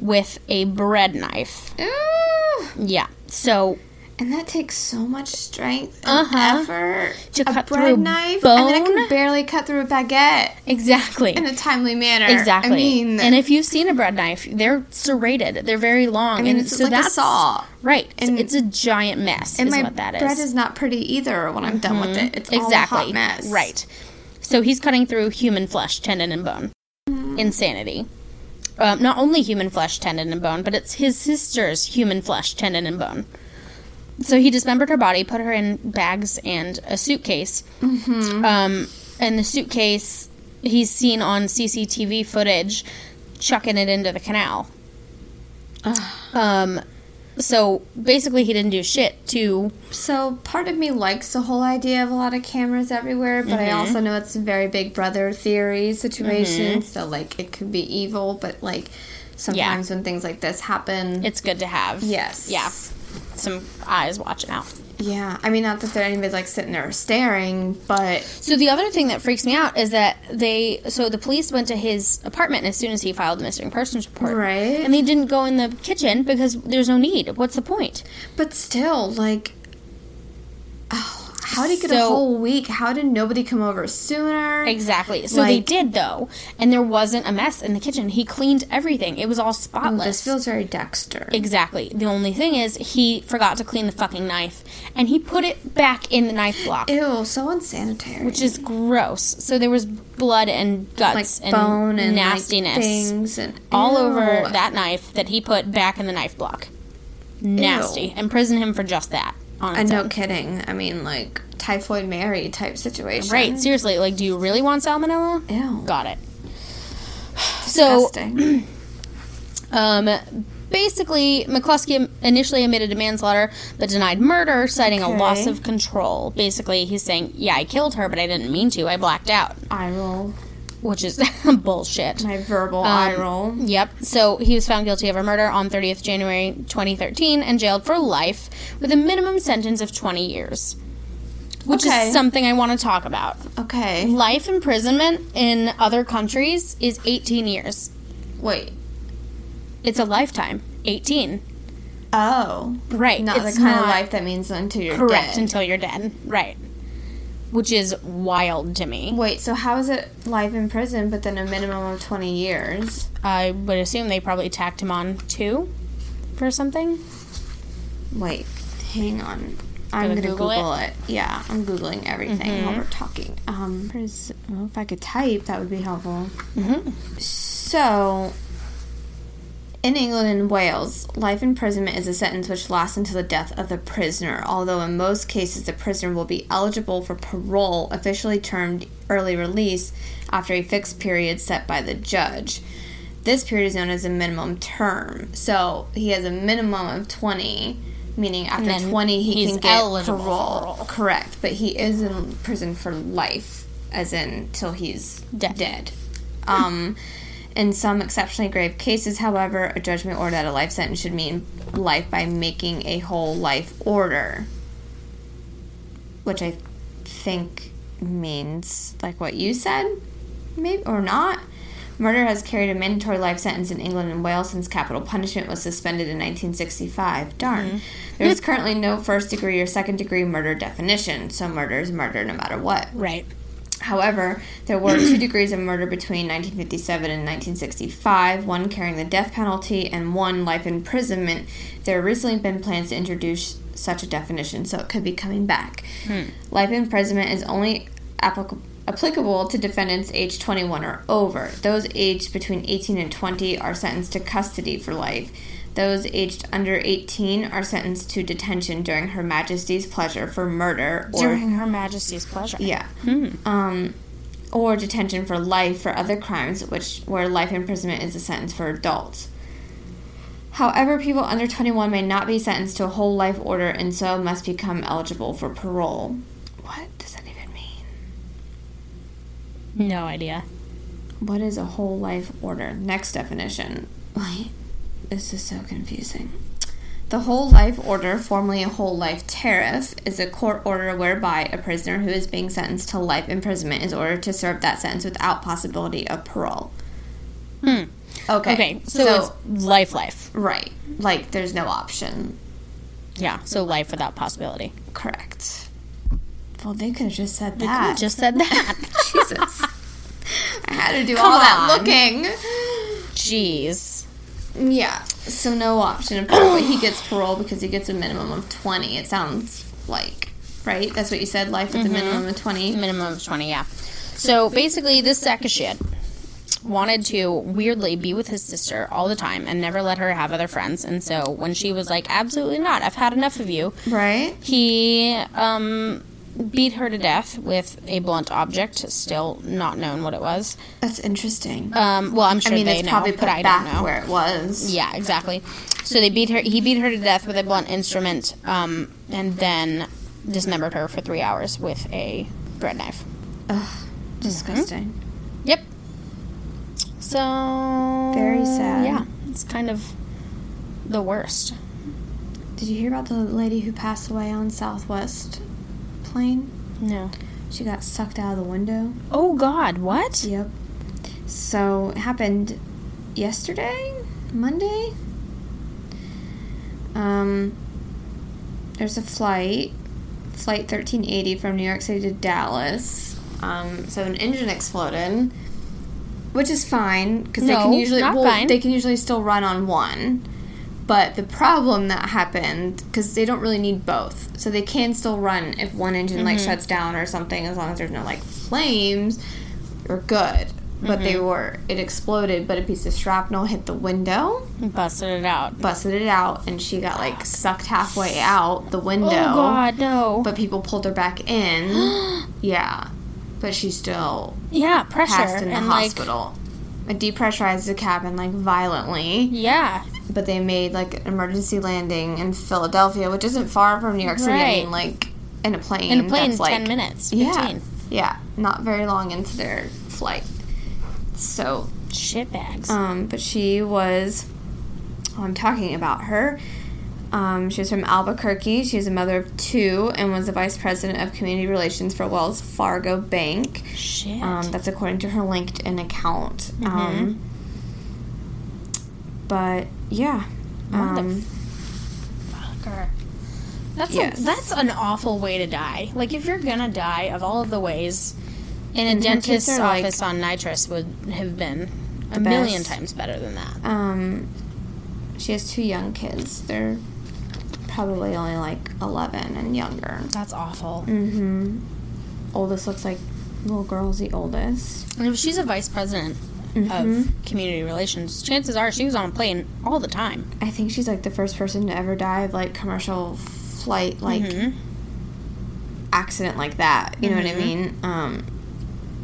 with a bread knife. Yeah. So And that takes so much strength and Uh-huh. effort. To a cut bread through knife. I mean, I bone. can barely cut through a baguette. Exactly. In a timely manner. Exactly. I mean, and if you've seen a bread knife, they're serrated. They're very long. I mean, and it's so like a that's, saw. Right. It's, it's a giant mess. and is my what that is. bread is not pretty either when I'm done with Mhm. it. It's exactly all a hot mess. Right. So he's cutting through human flesh, tendon, and bone. Mm-hmm. Insanity. Um, not only human flesh, tendon, and bone, but it's his sister's human flesh, tendon, and bone. So he dismembered her body, put her in bags and a suitcase. Um, and the suitcase he's seen on CCTV footage chucking it into the canal. Um, so basically, he didn't do shit to. So part of me likes the whole idea of a lot of cameras everywhere, but I Mhm. also know it's a very big brother theory situation. Mhm. So like it could be evil, but like sometimes when things like this happen, it's good to have. Yes. Yeah. Some eyes watching out. Yeah, I mean, not that there anybody's like sitting there staring, but So the other thing that freaks me out is that they so the police went to his apartment as soon as he filed the missing persons report. Right. And they didn't go in the kitchen because there's no need. What's the point? But still, like oh, how did he get a So- whole week? How did nobody come over sooner? Exactly. So they did though, and there wasn't a mess in the kitchen. He cleaned everything. It was all spotless. this feels very Dexter. Exactly. The only thing is he forgot to clean the fucking knife and he put it back in the knife block. Ew, so unsanitary. Which is gross. So there was blood and guts Like and bone and, like, nastiness things and- all over Ew. that knife that he put back in the knife block. Nasty. Ew. Imprison him for just that. On And its no own. kidding. I mean, like typhoid Mary type situation. Right, seriously. Like, do you really want salmonella? Ew. Got it. Disgusting. So, um, basically, McCluskey initially admitted to manslaughter but denied murder, citing a loss Okay. of control. Basically, he's saying, yeah, I killed her, but I didn't mean to. I blacked out. Eye roll. Which is bullshit. My verbal eye Um, roll. Yep. So he was found guilty of a murder on 30th January 2013 and jailed for life with a minimum sentence of 20 years. Which Okay. is something I want to talk about. Okay. Life imprisonment in other countries is 18 years. Wait. It's a lifetime. 18. Oh. Right. Not the it's kind of not life that means until you're Correct. dead. Until you're dead. Right. Which is wild to me. Wait, so how is it life in prison but then a minimum of 20 years? I would assume they probably tacked him on two for something. Wait, hang on. Gonna I'm going to Google Google, it? it. Yeah, I'm Googling everything while Mhm. we're talking. Um, pres- well, if I could type, that would be helpful. So, in England and Wales, life imprisonment is a sentence which lasts until the death of the prisoner, although in most cases the prisoner will be eligible for parole, officially termed early release, after a fixed period set by the judge. This period is known as a minimum term. So, he has a minimum of 20, meaning And after then 20 he he's can get eligible for parole. parole. Correct, but he is in prison for life, as in till he's dead. Um, in some exceptionally grave cases, however, a judgment order that a life sentence should mean life by making a whole life order, which I think means like what you said, maybe or not. Murder has carried a mandatory life sentence in England and Wales since capital punishment was suspended in 1965. Darn. There is currently no first degree or second degree murder definition, so murder is murder no matter what. Right. However, there were two degrees of murder between 1957 and 1965, one carrying the death penalty and one life imprisonment. There have recently been plans to introduce such a definition, so it could be coming back. Life imprisonment is only applic- applicable to defendants age 21 or over. Those aged between 18 and 20 are sentenced to custody for life. Those aged under 18 are sentenced to detention during Her Majesty's pleasure for murder or During Her Majesty's pleasure. yeah. Um, or detention for life for other crimes, which where life imprisonment is a sentence for adults. However, people under 21 may not be sentenced to a whole life order and so must become eligible for parole. What does that even mean? No idea. What is a whole life order? Next definition. Like, this is so confusing. The whole life order, formerly a whole life tariff, is a court order whereby a prisoner who is being sentenced to life imprisonment is ordered to serve that sentence without possibility of parole. Hmm. Okay. Okay. So, it's life, life. Right. Like there's no option. Yeah. So life without possibility. Correct. Well, they could have just said They could that. have just said that. Jesus. I had to do Come all that on. looking. Jeez. Yeah. So no option of parole. but he gets parole because he gets a minimum of twenty. It sounds like right. That's what you said. Life Mm-hmm. with a minimum of twenty. Minimum of twenty. Yeah. So basically, this sack of shit wanted to weirdly be with his sister all the time and never let her have other friends. And so when she was like, "Absolutely not! I've had enough of you," Right. he um, beat her to death with a blunt object, still not known what it was. That's interesting. Um, well, I'm sure I mean, they it's know, probably but put I back don't know where it was. Yeah, exactly. So they beat her. He beat her to death with a blunt instrument, um, and then dismembered her for three hours with a bread knife. Disgusting. Mm-hmm. Yep. So Very sad. Yeah, it's kind of the worst. Did you hear about the lady who passed away on Southwest plane? No. She got sucked out of the window. Oh God, what? Yep. So it happened yesterday, Monday. Um, there's a flight, flight 1380 from New York City to Dallas. Um, so an engine exploded, which is fine because they can No, usually not well, fine. they can usually still run on one. But the problem that happened because they don't really need both, so they can still run if one engine like Mhm. shuts down or something, as long as there's no like flames were good, but Mm-hmm. they were it exploded, but a piece of shrapnel hit the window, Busted it out. busted it out, and she got like sucked halfway out the window. Oh God, no. But people pulled her back in. yeah. But she still yeah, pressure passed in the and hospital. I depressurized the cabin like violently. Yeah. But they made like an emergency landing in Philadelphia, which isn't far from New York City. I mean, Right. like in a plane. like in a plane, that's, ten like, minutes, yeah, fifteen. yeah, not very long into their flight. So, Shit bags. um, but she was. oh, I'm talking about her. Um, she was from Albuquerque. She was a mother of two and was the vice president of community relations for Wells Fargo Bank. Shit. Um, that's according to her LinkedIn account. Um, but yeah, um, Motherfucker. That's Yes. a, that's an awful way to die. Like if you're gonna die of all of the ways, in a And her kids dentist's are, like, office on nitrous would have been a the million best. times better than that. um, she has two young kids. They're probably only like 11 and younger. That's awful. Mm-hmm. Oldest looks like little girl's the oldest. And if she's a vice president Mhm. of community relations, chances are she was on a plane all the time. I think she's like the first person to ever die of like commercial flight like Mhm. accident like that. You know Mhm. what I mean? Um,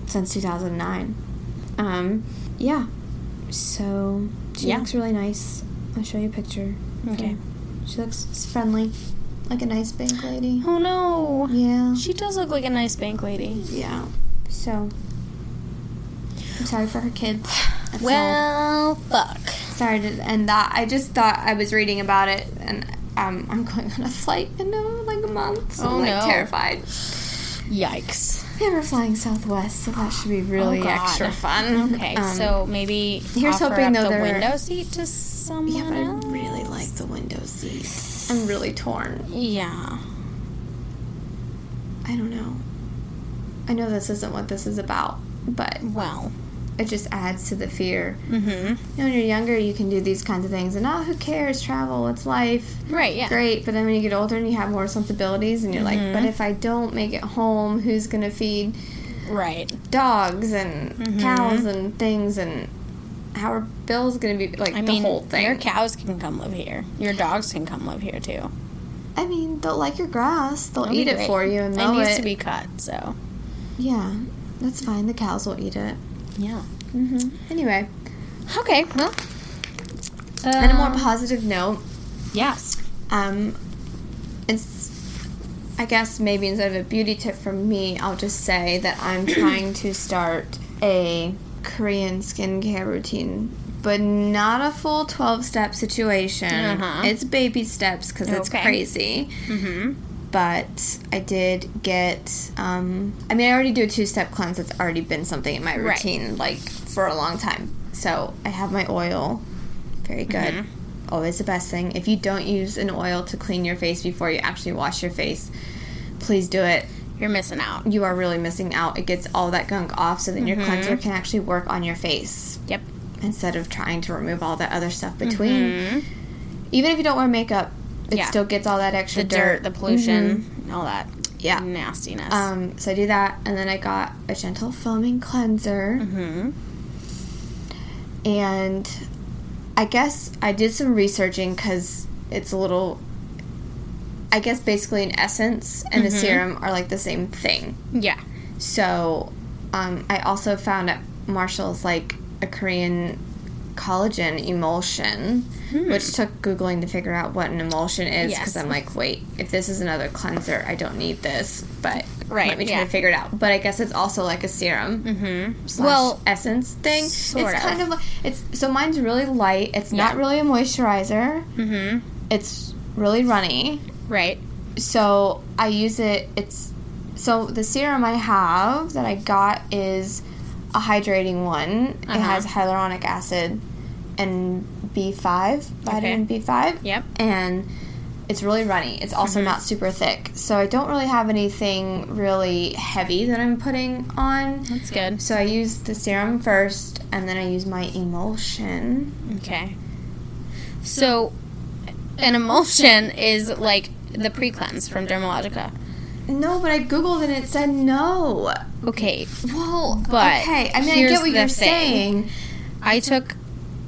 since 2009. Um, yeah. So she Yeah. looks really nice. I'll show you a picture. Okay. She looks friendly, like a nice bank lady. Oh no. Yeah. She does look like a nice bank lady. Yeah. So I'm sorry for her kids. That's Well, fuck. sad. sorry to end that. I just thought I was reading about it, and um, I'm going on a flight in uh, like a month. So I'm Oh, like no. terrified. Yikes. Yeah, we're flying Southwest, so that should be really Oh, God. extra fun. Okay, Um, so maybe here's offer hoping, up though, the they're- window seat to someone yeah, but else. I really like the window seat. I'm really torn. Yeah. I don't know. I know this isn't what this is about, but Well. it just adds to the fear. Mm-hmm. You know, when you're younger, you can do these kinds of things, and oh, who cares? Travel, it's life. Right. Yeah. Mm-hmm. Great, but then when you get older and you have more responsibilities, and you're like, but if I don't make it home, who's gonna feed right dogs and Mm-hmm. cows and things and how are bills going to be like I the mean, whole thing? your cows can come live here. Your dogs can come live here too. I mean, they'll like your grass. They'll It'll be eat it great. for you and mow it it. needs to be cut. So yeah, that's fine. The cows will eat it. yeah. hmm Anyway, Okay. Well. on a more um, positive note, Yes. um, it's I guess maybe instead of a beauty tip from me, I'll just say that I'm trying to start a Korean skincare routine, but not a full 12 step situation. Uh-huh. It's baby steps because it's Okay. crazy. Mm-hmm. But I did get, um, I mean, I already do a two step cleanse. That's already been something in my Right. routine, like, for a long time. So I have my oil. Very good. Mhm. Always the best thing. If you don't use an oil to clean your face before you actually wash your face, please do it. You're missing out. You are really missing out. It gets all that gunk off so then your Mhm. cleanser can actually work on your face. Yep. Instead of trying to remove all that other stuff between. Even if you don't wear makeup, it Mm-hmm. Yeah. still gets all that extra The dirt, Mm-hmm. the pollution, all that Yeah. nastiness. Um, so I do that, and then I got a gentle foaming cleanser. Mm-hmm. And I guess I did some researching because it's a little. I guess basically an essence and a Mhm. serum are like the same thing. Yeah. So um, I also found at Marshall's like a Korean collagen emulsion, Hmm. which took Googling to figure out what an emulsion is because Yes. I'm like, wait, if this is another cleanser, I don't need this. But Right, let me try yeah. to figure it out. But I guess it's also like a serum Mm-hmm. slash Well, essence thing. sort it's of. kind of like it's so mine's really light. It's not Yeah. really a moisturizer. Mm-hmm. It's really runny. Right. So I use it. It's so the serum I have that I got is a hydrating one. Uh-huh. It has hyaluronic acid and B5, vitamin B5. Yep. Mm-hmm. And it's really runny. It's also not super thick. So I don't really have anything really heavy that I'm putting on. That's good. So I use the serum first and then I use my emulsion. Okay. So, an emulsion is like the pre cleanse from Dermalogica. No, but I googled and it said no. Okay. Well, But okay. I mean, I here's get what the you're thing. saying. I took.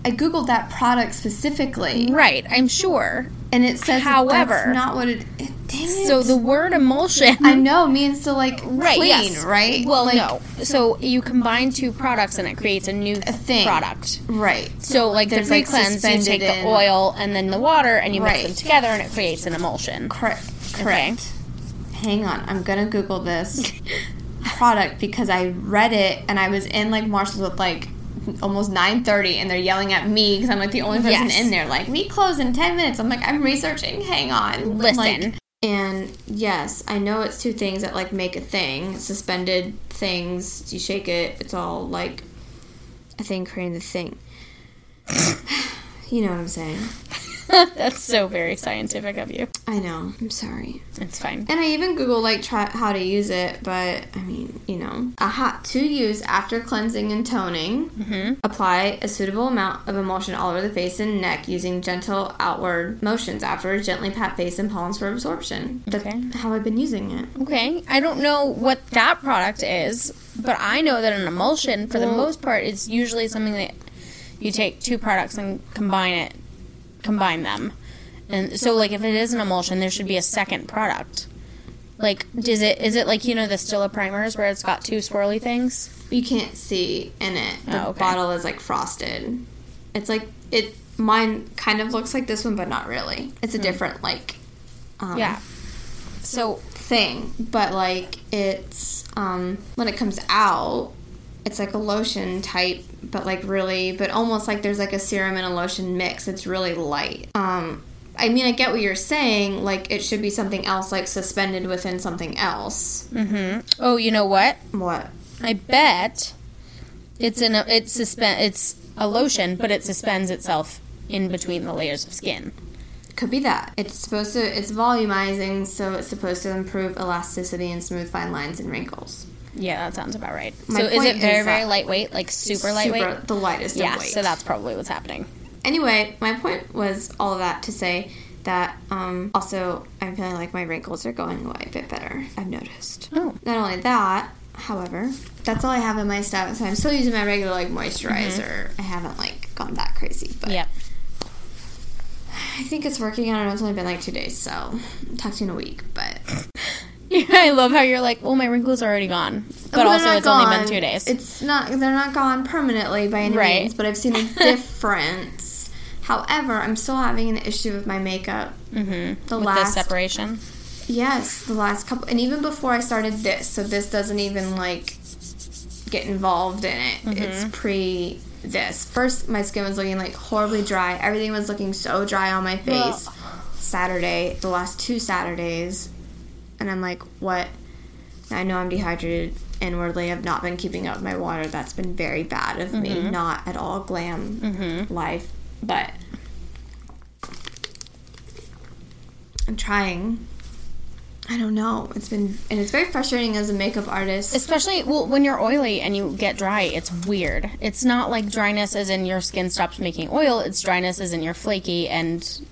I googled that product specifically, Right, I'm sure. and it says that However- that's not what it. it dang it. So the word emulsion. I know means to like Right. clean, yes. right? Well, like, no. So you combine two products and it creates a new thing. product. right? So like the There's, like, pre-cleanse, you suspended take the in- oil and then the water and you mix Right. them together and it creates an emulsion. Correct. Correct. Hang on, I'm gonna Google this product because I read it and I was in like Marshalls with like almost 9:30 and they're yelling at me because I'm like the only person Yes. in there. Like we close in 10 minutes. I'm like I'm researching. Hang on. Listen. Like, and yes, I know it's two things that like make a thing. Suspended things. You shake it. It's all like a thing creating the thing. you know what I'm saying? That's so very scientific of you. I know. I'm sorry. It's fine. And I even Google like try how to use it, but I mean, you know, a hot to use after cleansing and toning. Mm-hmm. Apply a suitable amount of emulsion all over the face and neck using gentle outward motions. Afterwards, gently pat face and palms for absorption. That's Okay. how I've been using it. Okay. I don't know what that product is, but I know that an emulsion for the most part is usually something that you take two products and combine it combine them. And so like if it is an emulsion, there should be a second product. Like is it is it like you know the Stila primers where it's got two swirly things? You can't see in it. The Oh, okay. bottle is like frosted. It's like it. Mine kind of looks like this one, but not really. It's a different like. Um, Hmm. Yeah. So thing, but like it's um when it comes out, it's like a lotion type, but like really, but almost like there's like a serum and a lotion mix. It's really light. Um I mean, I get what you're saying. Like, it should be something else, like suspended within something else. Mm-hmm. Oh, you know what? What? I bet it's an it's suspend it's a lotion, but it suspends itself in between the layers of skin. Could be that. It's supposed to, it's volumizing, so it's supposed to improve elasticity and smooth fine lines and wrinkles. Yeah, that sounds about right. My so is point it very is very that- lightweight, like super lightweight? the lightest yeah, of weight. so that's probably what's happening. anyway, my point was all of that to say that um, also I'm feeling like my wrinkles are going away a bit better. I've noticed. Oh. Not only that, However, that's all I have in my stuff. So I'm still using my regular like moisturizer. I haven't like gone that crazy, but Yep. I think it's working. I don't know. It's only been like two days, so talk to you in a week. But I love how you're like, well, my wrinkles are already gone, but Well, also they're it's not only been gone. two days. It's not they're not gone permanently by any Right. means, but I've seen a difference. However, I'm still having an issue with my makeup. mm-hmm. the With last- the separation. Yes, the last couple, and even before I started this, so this doesn't even like get involved in it. It's Mhm. pre this. First, my skin was looking like horribly dry. Everything was looking so dry on my face. Saturday, the last two Saturdays, and I'm like, what? I know I'm dehydrated inwardly. I've not been keeping up with my water. That's been very bad of me. Mhm. Not at all glam life, but I'm trying. I don't know. It's been and it's very frustrating as a makeup artist. Especially well, when you're oily and you get dry, it's weird. It's not like dryness as in your skin stops making oil. It's dryness as in you're flaky and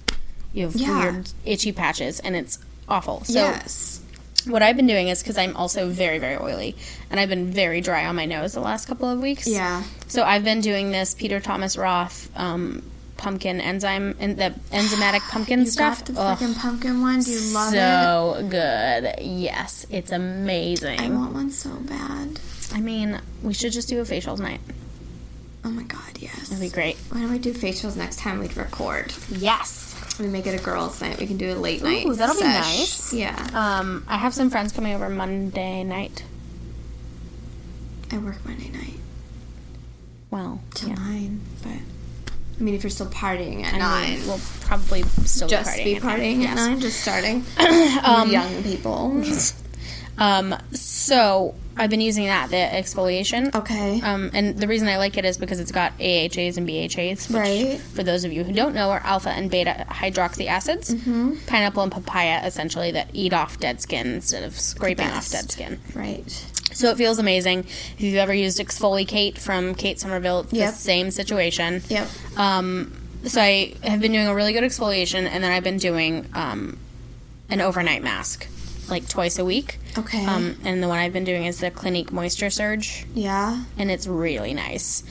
you have Yeah. weird itchy patches, and it's awful. So Yes. what I've been doing is because I'm also very very oily, and I've been very dry on my nose the last couple of weeks. Yeah. So I've been doing this Peter Thomas Roth um, pumpkin enzyme and the enzymatic pumpkin You stuff. got the Ugh, freaking pumpkin one. Do you love it? so good. Yes, it's amazing. I want one so bad. I mean, we should just do a facial tonight. Oh my god, yes. That'd be great. Why don't we do facials next time we record? Yes. We make it a girls' night. We can do a late night. Ooh, that'll be sesh. nice. Yeah. Um, I have some friends coming over Monday night. I work Monday night Well, till nine, but I mean, if you're still partying at I mean, nine, we'll probably still be just partying be at nine, partying at yes. nine. Just starting. Um, young people. Um, so I've been using that, the exfoliation. Okay. Um, and the reason I like it is because it's got AHAs and BHAs, which, Right. for those of you who don't know, are alpha and beta hydroxy acids, Mhm. pineapple and papaya, essentially, that eat off dead skin instead of scraping off dead skin. Right. So it feels amazing. If you've ever used Exfoliate from Kate Somerville, it's Yep. the same situation. Yep. Um, so I have been doing a really good exfoliation, and then I've been doing um, an overnight mask, like twice a week. Okay. Um, and the one I've been doing is the Clinique Moisture Surge, Yeah. and it's really nice.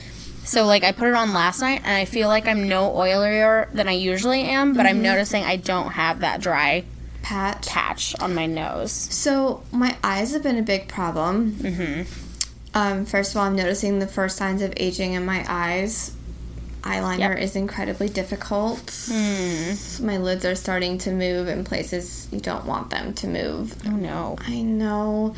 So like I put it on last night, and I feel like I'm no oilier than I usually am, but I'm Mhm. noticing I don't have that dry Pat. patch on my nose. So my eyes have been a big problem. Mm-hmm. Um, first of all, I'm noticing the first signs of aging in my eyes. Eyeliner Yep. Hmm. is incredibly difficult. My lids are starting to move in places you don't want them to move. Oh no. I know.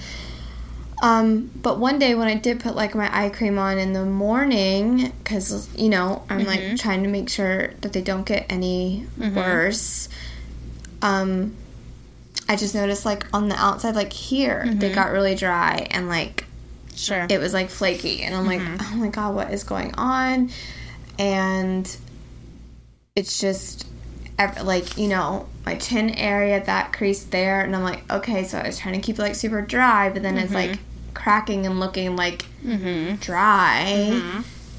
Um, but one day when I did put like my eye cream on in the morning, because you know I'm like Mhm. trying to make sure that they don't get any Mhm. worse. Um, I just noticed like on the outside, like here, they Mhm. got really dry and like Sure. Mm-hmm. it was like flaky, and I'm like, oh my god, what is going on? And it's just ev- like you know my chin area that crease there and i'm like okay so i was trying to keep it like super dry but then it's like cracking and looking like mm-hmm. dry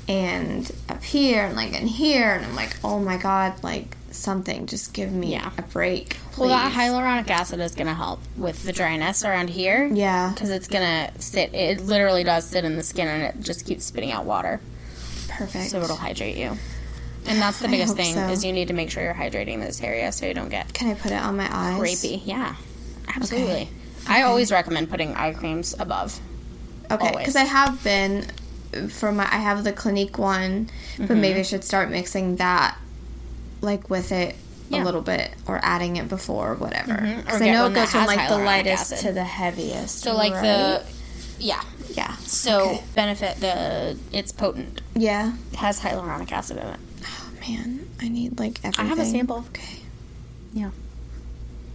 and up here and like in here and i'm like oh my god like something just give me Yeah. a break Well, that please." hyaluronic acid is going to help with the dryness around here. yeah Because it's going to sit, it literally does sit in the skin and it just keeps spitting out water. perfect So it'll hydrate you. And that's the I biggest hope thing so. is you need to make sure you're hydrating this area so you don't get can i put it on my eyes rapey. Yeah, absolutely. I always recommend putting eye creams above. Okay, Always. because I have been for my I have the Clinique one, but Mhm. maybe I should start mixing that like with it a Yeah. little bit or adding it before whatever. Mhm, or Because I get know one it that goes from has like the hyaluronic lightest acid. to the heaviest. So like the, yeah. the yeah So benefit the, it's potent. yeah It has hyaluronic acid in it. oh, man. I need like I everything. have a sample. Okay, Yeah.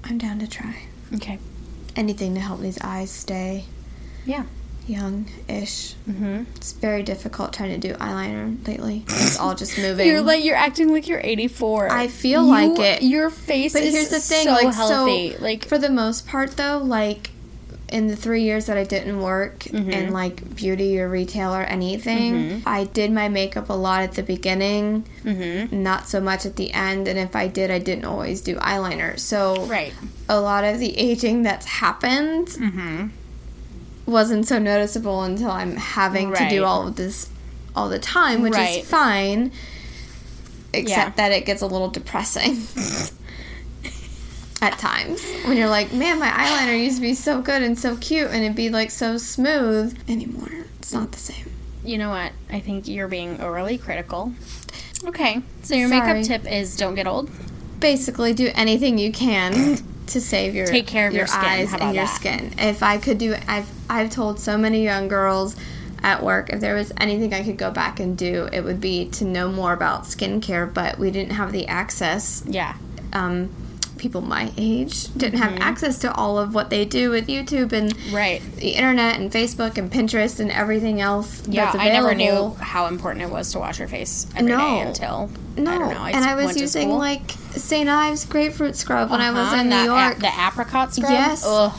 I'm down to try Okay. anything to help these eyes stay Yeah. young-ish. Mm-hmm. It's very difficult trying to do eyeliner lately. It's all just moving. You're like you're acting like you're 84. I feel You- like it. Your face But is here's the thing, so like healthy. so, like for the most part though, like in the three years that I didn't work Mm-hmm. in like beauty or retail or anything, I did my makeup a lot at the beginning, Mhm. not so much at the end. And if I did, I didn't always do eyeliner. So right. Mm-hmm. a lot of the aging that's happened wasn't so noticeable until I'm having to Right. do all of this all the time, which Right. is fine. Except Yeah. that it gets a little depressing at times when you're like, man, my eyeliner used to be so good and so cute, and it'd be like so smooth anymore. It's not the same. You know what? I think you're being overly critical. Okay, so your Sorry. makeup tip is don't get old. Basically, do anything you can to save your Take care of your skin. eyes How about and your that? skin. If I could do, I've I've told so many young girls at work if there was anything I could go back and do, it would be to know more about skincare. But we didn't have the access. Yeah. Um, people my age didn't have access to all of what they do with YouTube and Mm-hmm. right the internet and Facebook and Pinterest and everything else. Yeah, that's I never knew available. how important it was to wash your face every day No. until No, I don't know. I and I went was to using school. like St. Ives grapefruit scrub when I was Uh-huh, in New that a- York. the apricot scrub. Yes. Ugh.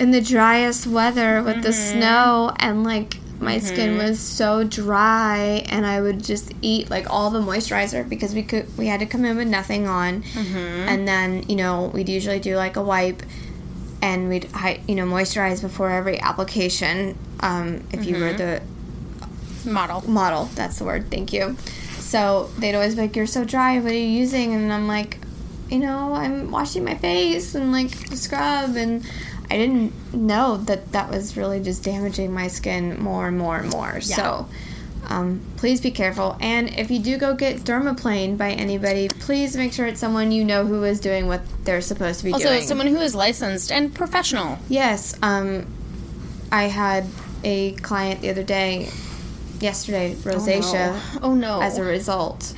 in the driest weather with the snow and like my skin Mhm. was so dry and I would just eat like all the moisturizer because we could we had to come in with nothing on and then you know we'd usually do like a wipe and we'd hi- you know moisturize before every application um, if you were Mhm. the model model that's the word thank you so they'd always be like you're so dry what are you using and i'm like you know i'm washing my face and like the scrub and i didn't know that that was really just damaging my skin more and more and more Yeah. so um, please be careful and if you do go get dermaplane by anybody please make sure it's someone you know who is doing what they're supposed to be Also, doing someone who is licensed and professional. Yes. Um, I had a client the other day, yesterday, rosacea. Oh, no. As a result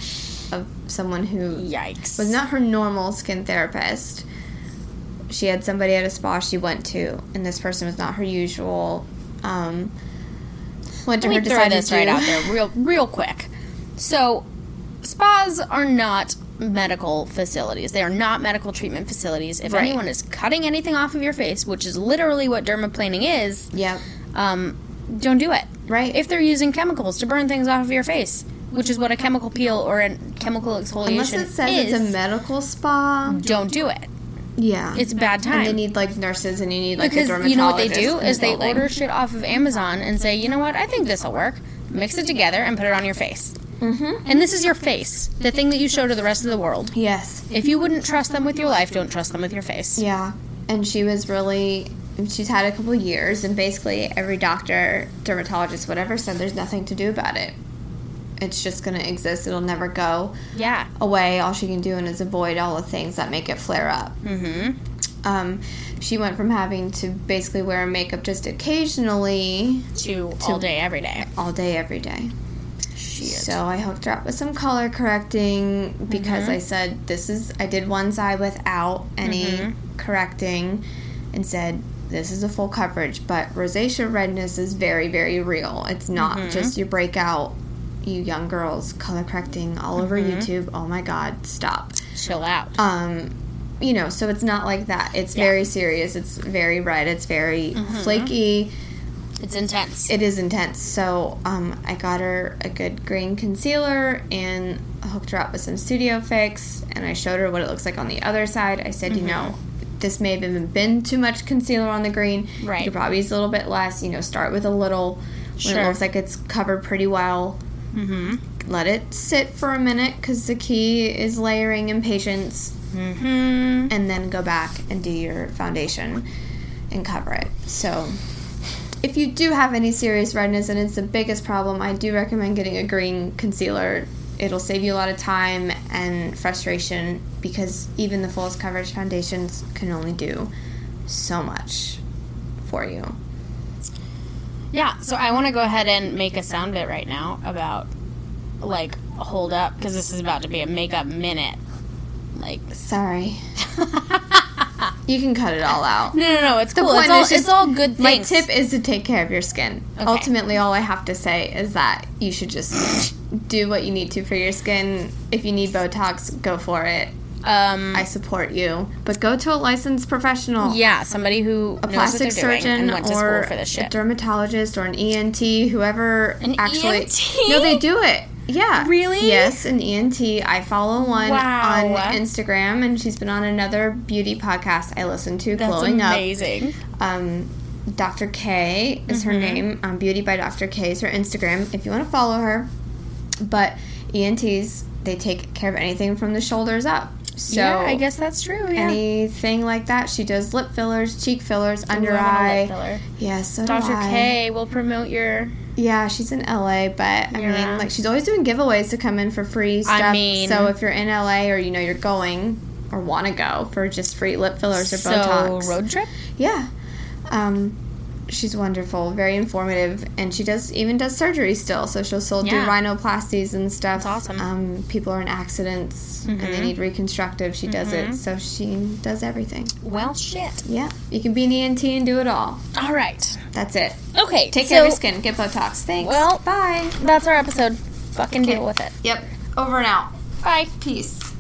of someone who yikes was not her normal skin therapist. She had somebody at a spa she went to, and this person was not her usual. Um, went to Let her me throw decided this to- right out there real real quick. So spas are not medical facilities. They are not medical treatment facilities. If Right. anyone is cutting anything off of your face, which is literally what dermaplaning is, yep. um, don't do it. Right. If they're using chemicals to burn things off of your face, which is what a chemical peel or a chemical exfoliation Unless it says is, it's a medical spa, don't do it. Yeah, It's bad time. And they need like nurses, and you need like a because dermatologist. you know what they do in the is they building. order shit off of Amazon and say, you know what, I think this will work. Mix it together and put it on your face. Mm-hmm. And this is your face, the thing that you show to the rest of the world. Yes. If you wouldn't trust them with your life, don't trust them with your face. Yeah, and she was really. She's had a couple of years, and basically every doctor, dermatologist, whatever said there's nothing to do about it. It's just going to exist. It'll never go Yeah. away. All she can do is avoid all the things that make it flare up. Mm-hmm. Um, she went from having to basically wear makeup just occasionally to, all day, every day. All day, every day. So I hooked her up with some color correcting because Mhm. I said this is I did one side without any Mhm. correcting and said this is a full coverage, but rosacea redness is very very real. It's not Mhm. just your breakout you young girls color correcting all over Mhm. YouTube. Oh my god, stop. Chill out. Um you know, so it's not like that. It's Yeah. very serious. It's very red. It's very Mhm. flaky. It's intense. It is intense. So um, I got her a good green concealer and hooked her up with some Studio Fix, and I showed her what it looks like on the other side. I said, Mm-hmm. you know, this may have even been too much concealer on the green. Right. You could probably use a little bit less. You know, start with a little. When Sure. it looks like it's covered pretty well, Mm-hmm. let it sit for a minute because the key is layering and patience. Mm-hmm. And then go back and do your foundation and cover it. So, if you do have any serious redness and it's the biggest problem, I do recommend getting a green concealer. It'll save you a lot of time and frustration because even the fullest coverage foundations can only do so much for you. Yeah, so I want to go ahead and make a sound bit right now about, like, hold up, because this is about to be a makeup minute. Like, sorry. You can cut it all out. No, no, no. It's The cool. It's point all, is just- it's all good My things. tip is to take care of your skin. Okay. Ultimately, all I have to say is that you should just do what you need to for your skin. If you need Botox, go for it. Um, I support you, but go to a licensed professional. Yeah, somebody who a knows what plastic they're doing surgeon and went to school or for this a shit. dermatologist or an ENT, whoever actually. ENT? No, they do it. Yeah. E Really? Yes, an ENT. I follow one Wow. on Instagram, and she's been on another beauty podcast I listened to, That's Glowing Up. amazing. Um, Dr. K is her Mm-hmm. Mhm. name. Um, Beauty by Dr. K is her Instagram if you want to follow her. But ENTs, they take care of anything from the shoulders up. So Yeah, I guess that's true. Yeah. Anything like that. She does lip fillers, cheek fillers, under love a eye. lip filler. Yes, so do Dr. I. K will promote your. Yeah, she's in LA, but I Yeah. mean, like she's always doing giveaways to come in for free I stuff. mean- so if you're in LA or you know you're going or want to go for just free lip fillers or So, Botox, Oh, road trip. Yeah, um, she's wonderful, very informative, and she does even does surgery still. So she'll still Yeah. do rhinoplasties and stuff. That's awesome. Um, people are in accidents and Mhm. they need reconstructive. She does Mhm. it, so she does everything. Well, shit. Yeah, you can be an ENT and do it all. All right. That's it. Okay. Take care of your so- skin. Get Botox. Thanks. Well, bye. That's our episode. Fucking Okay. deal with it. Yep. Over and out. Bye. Peace.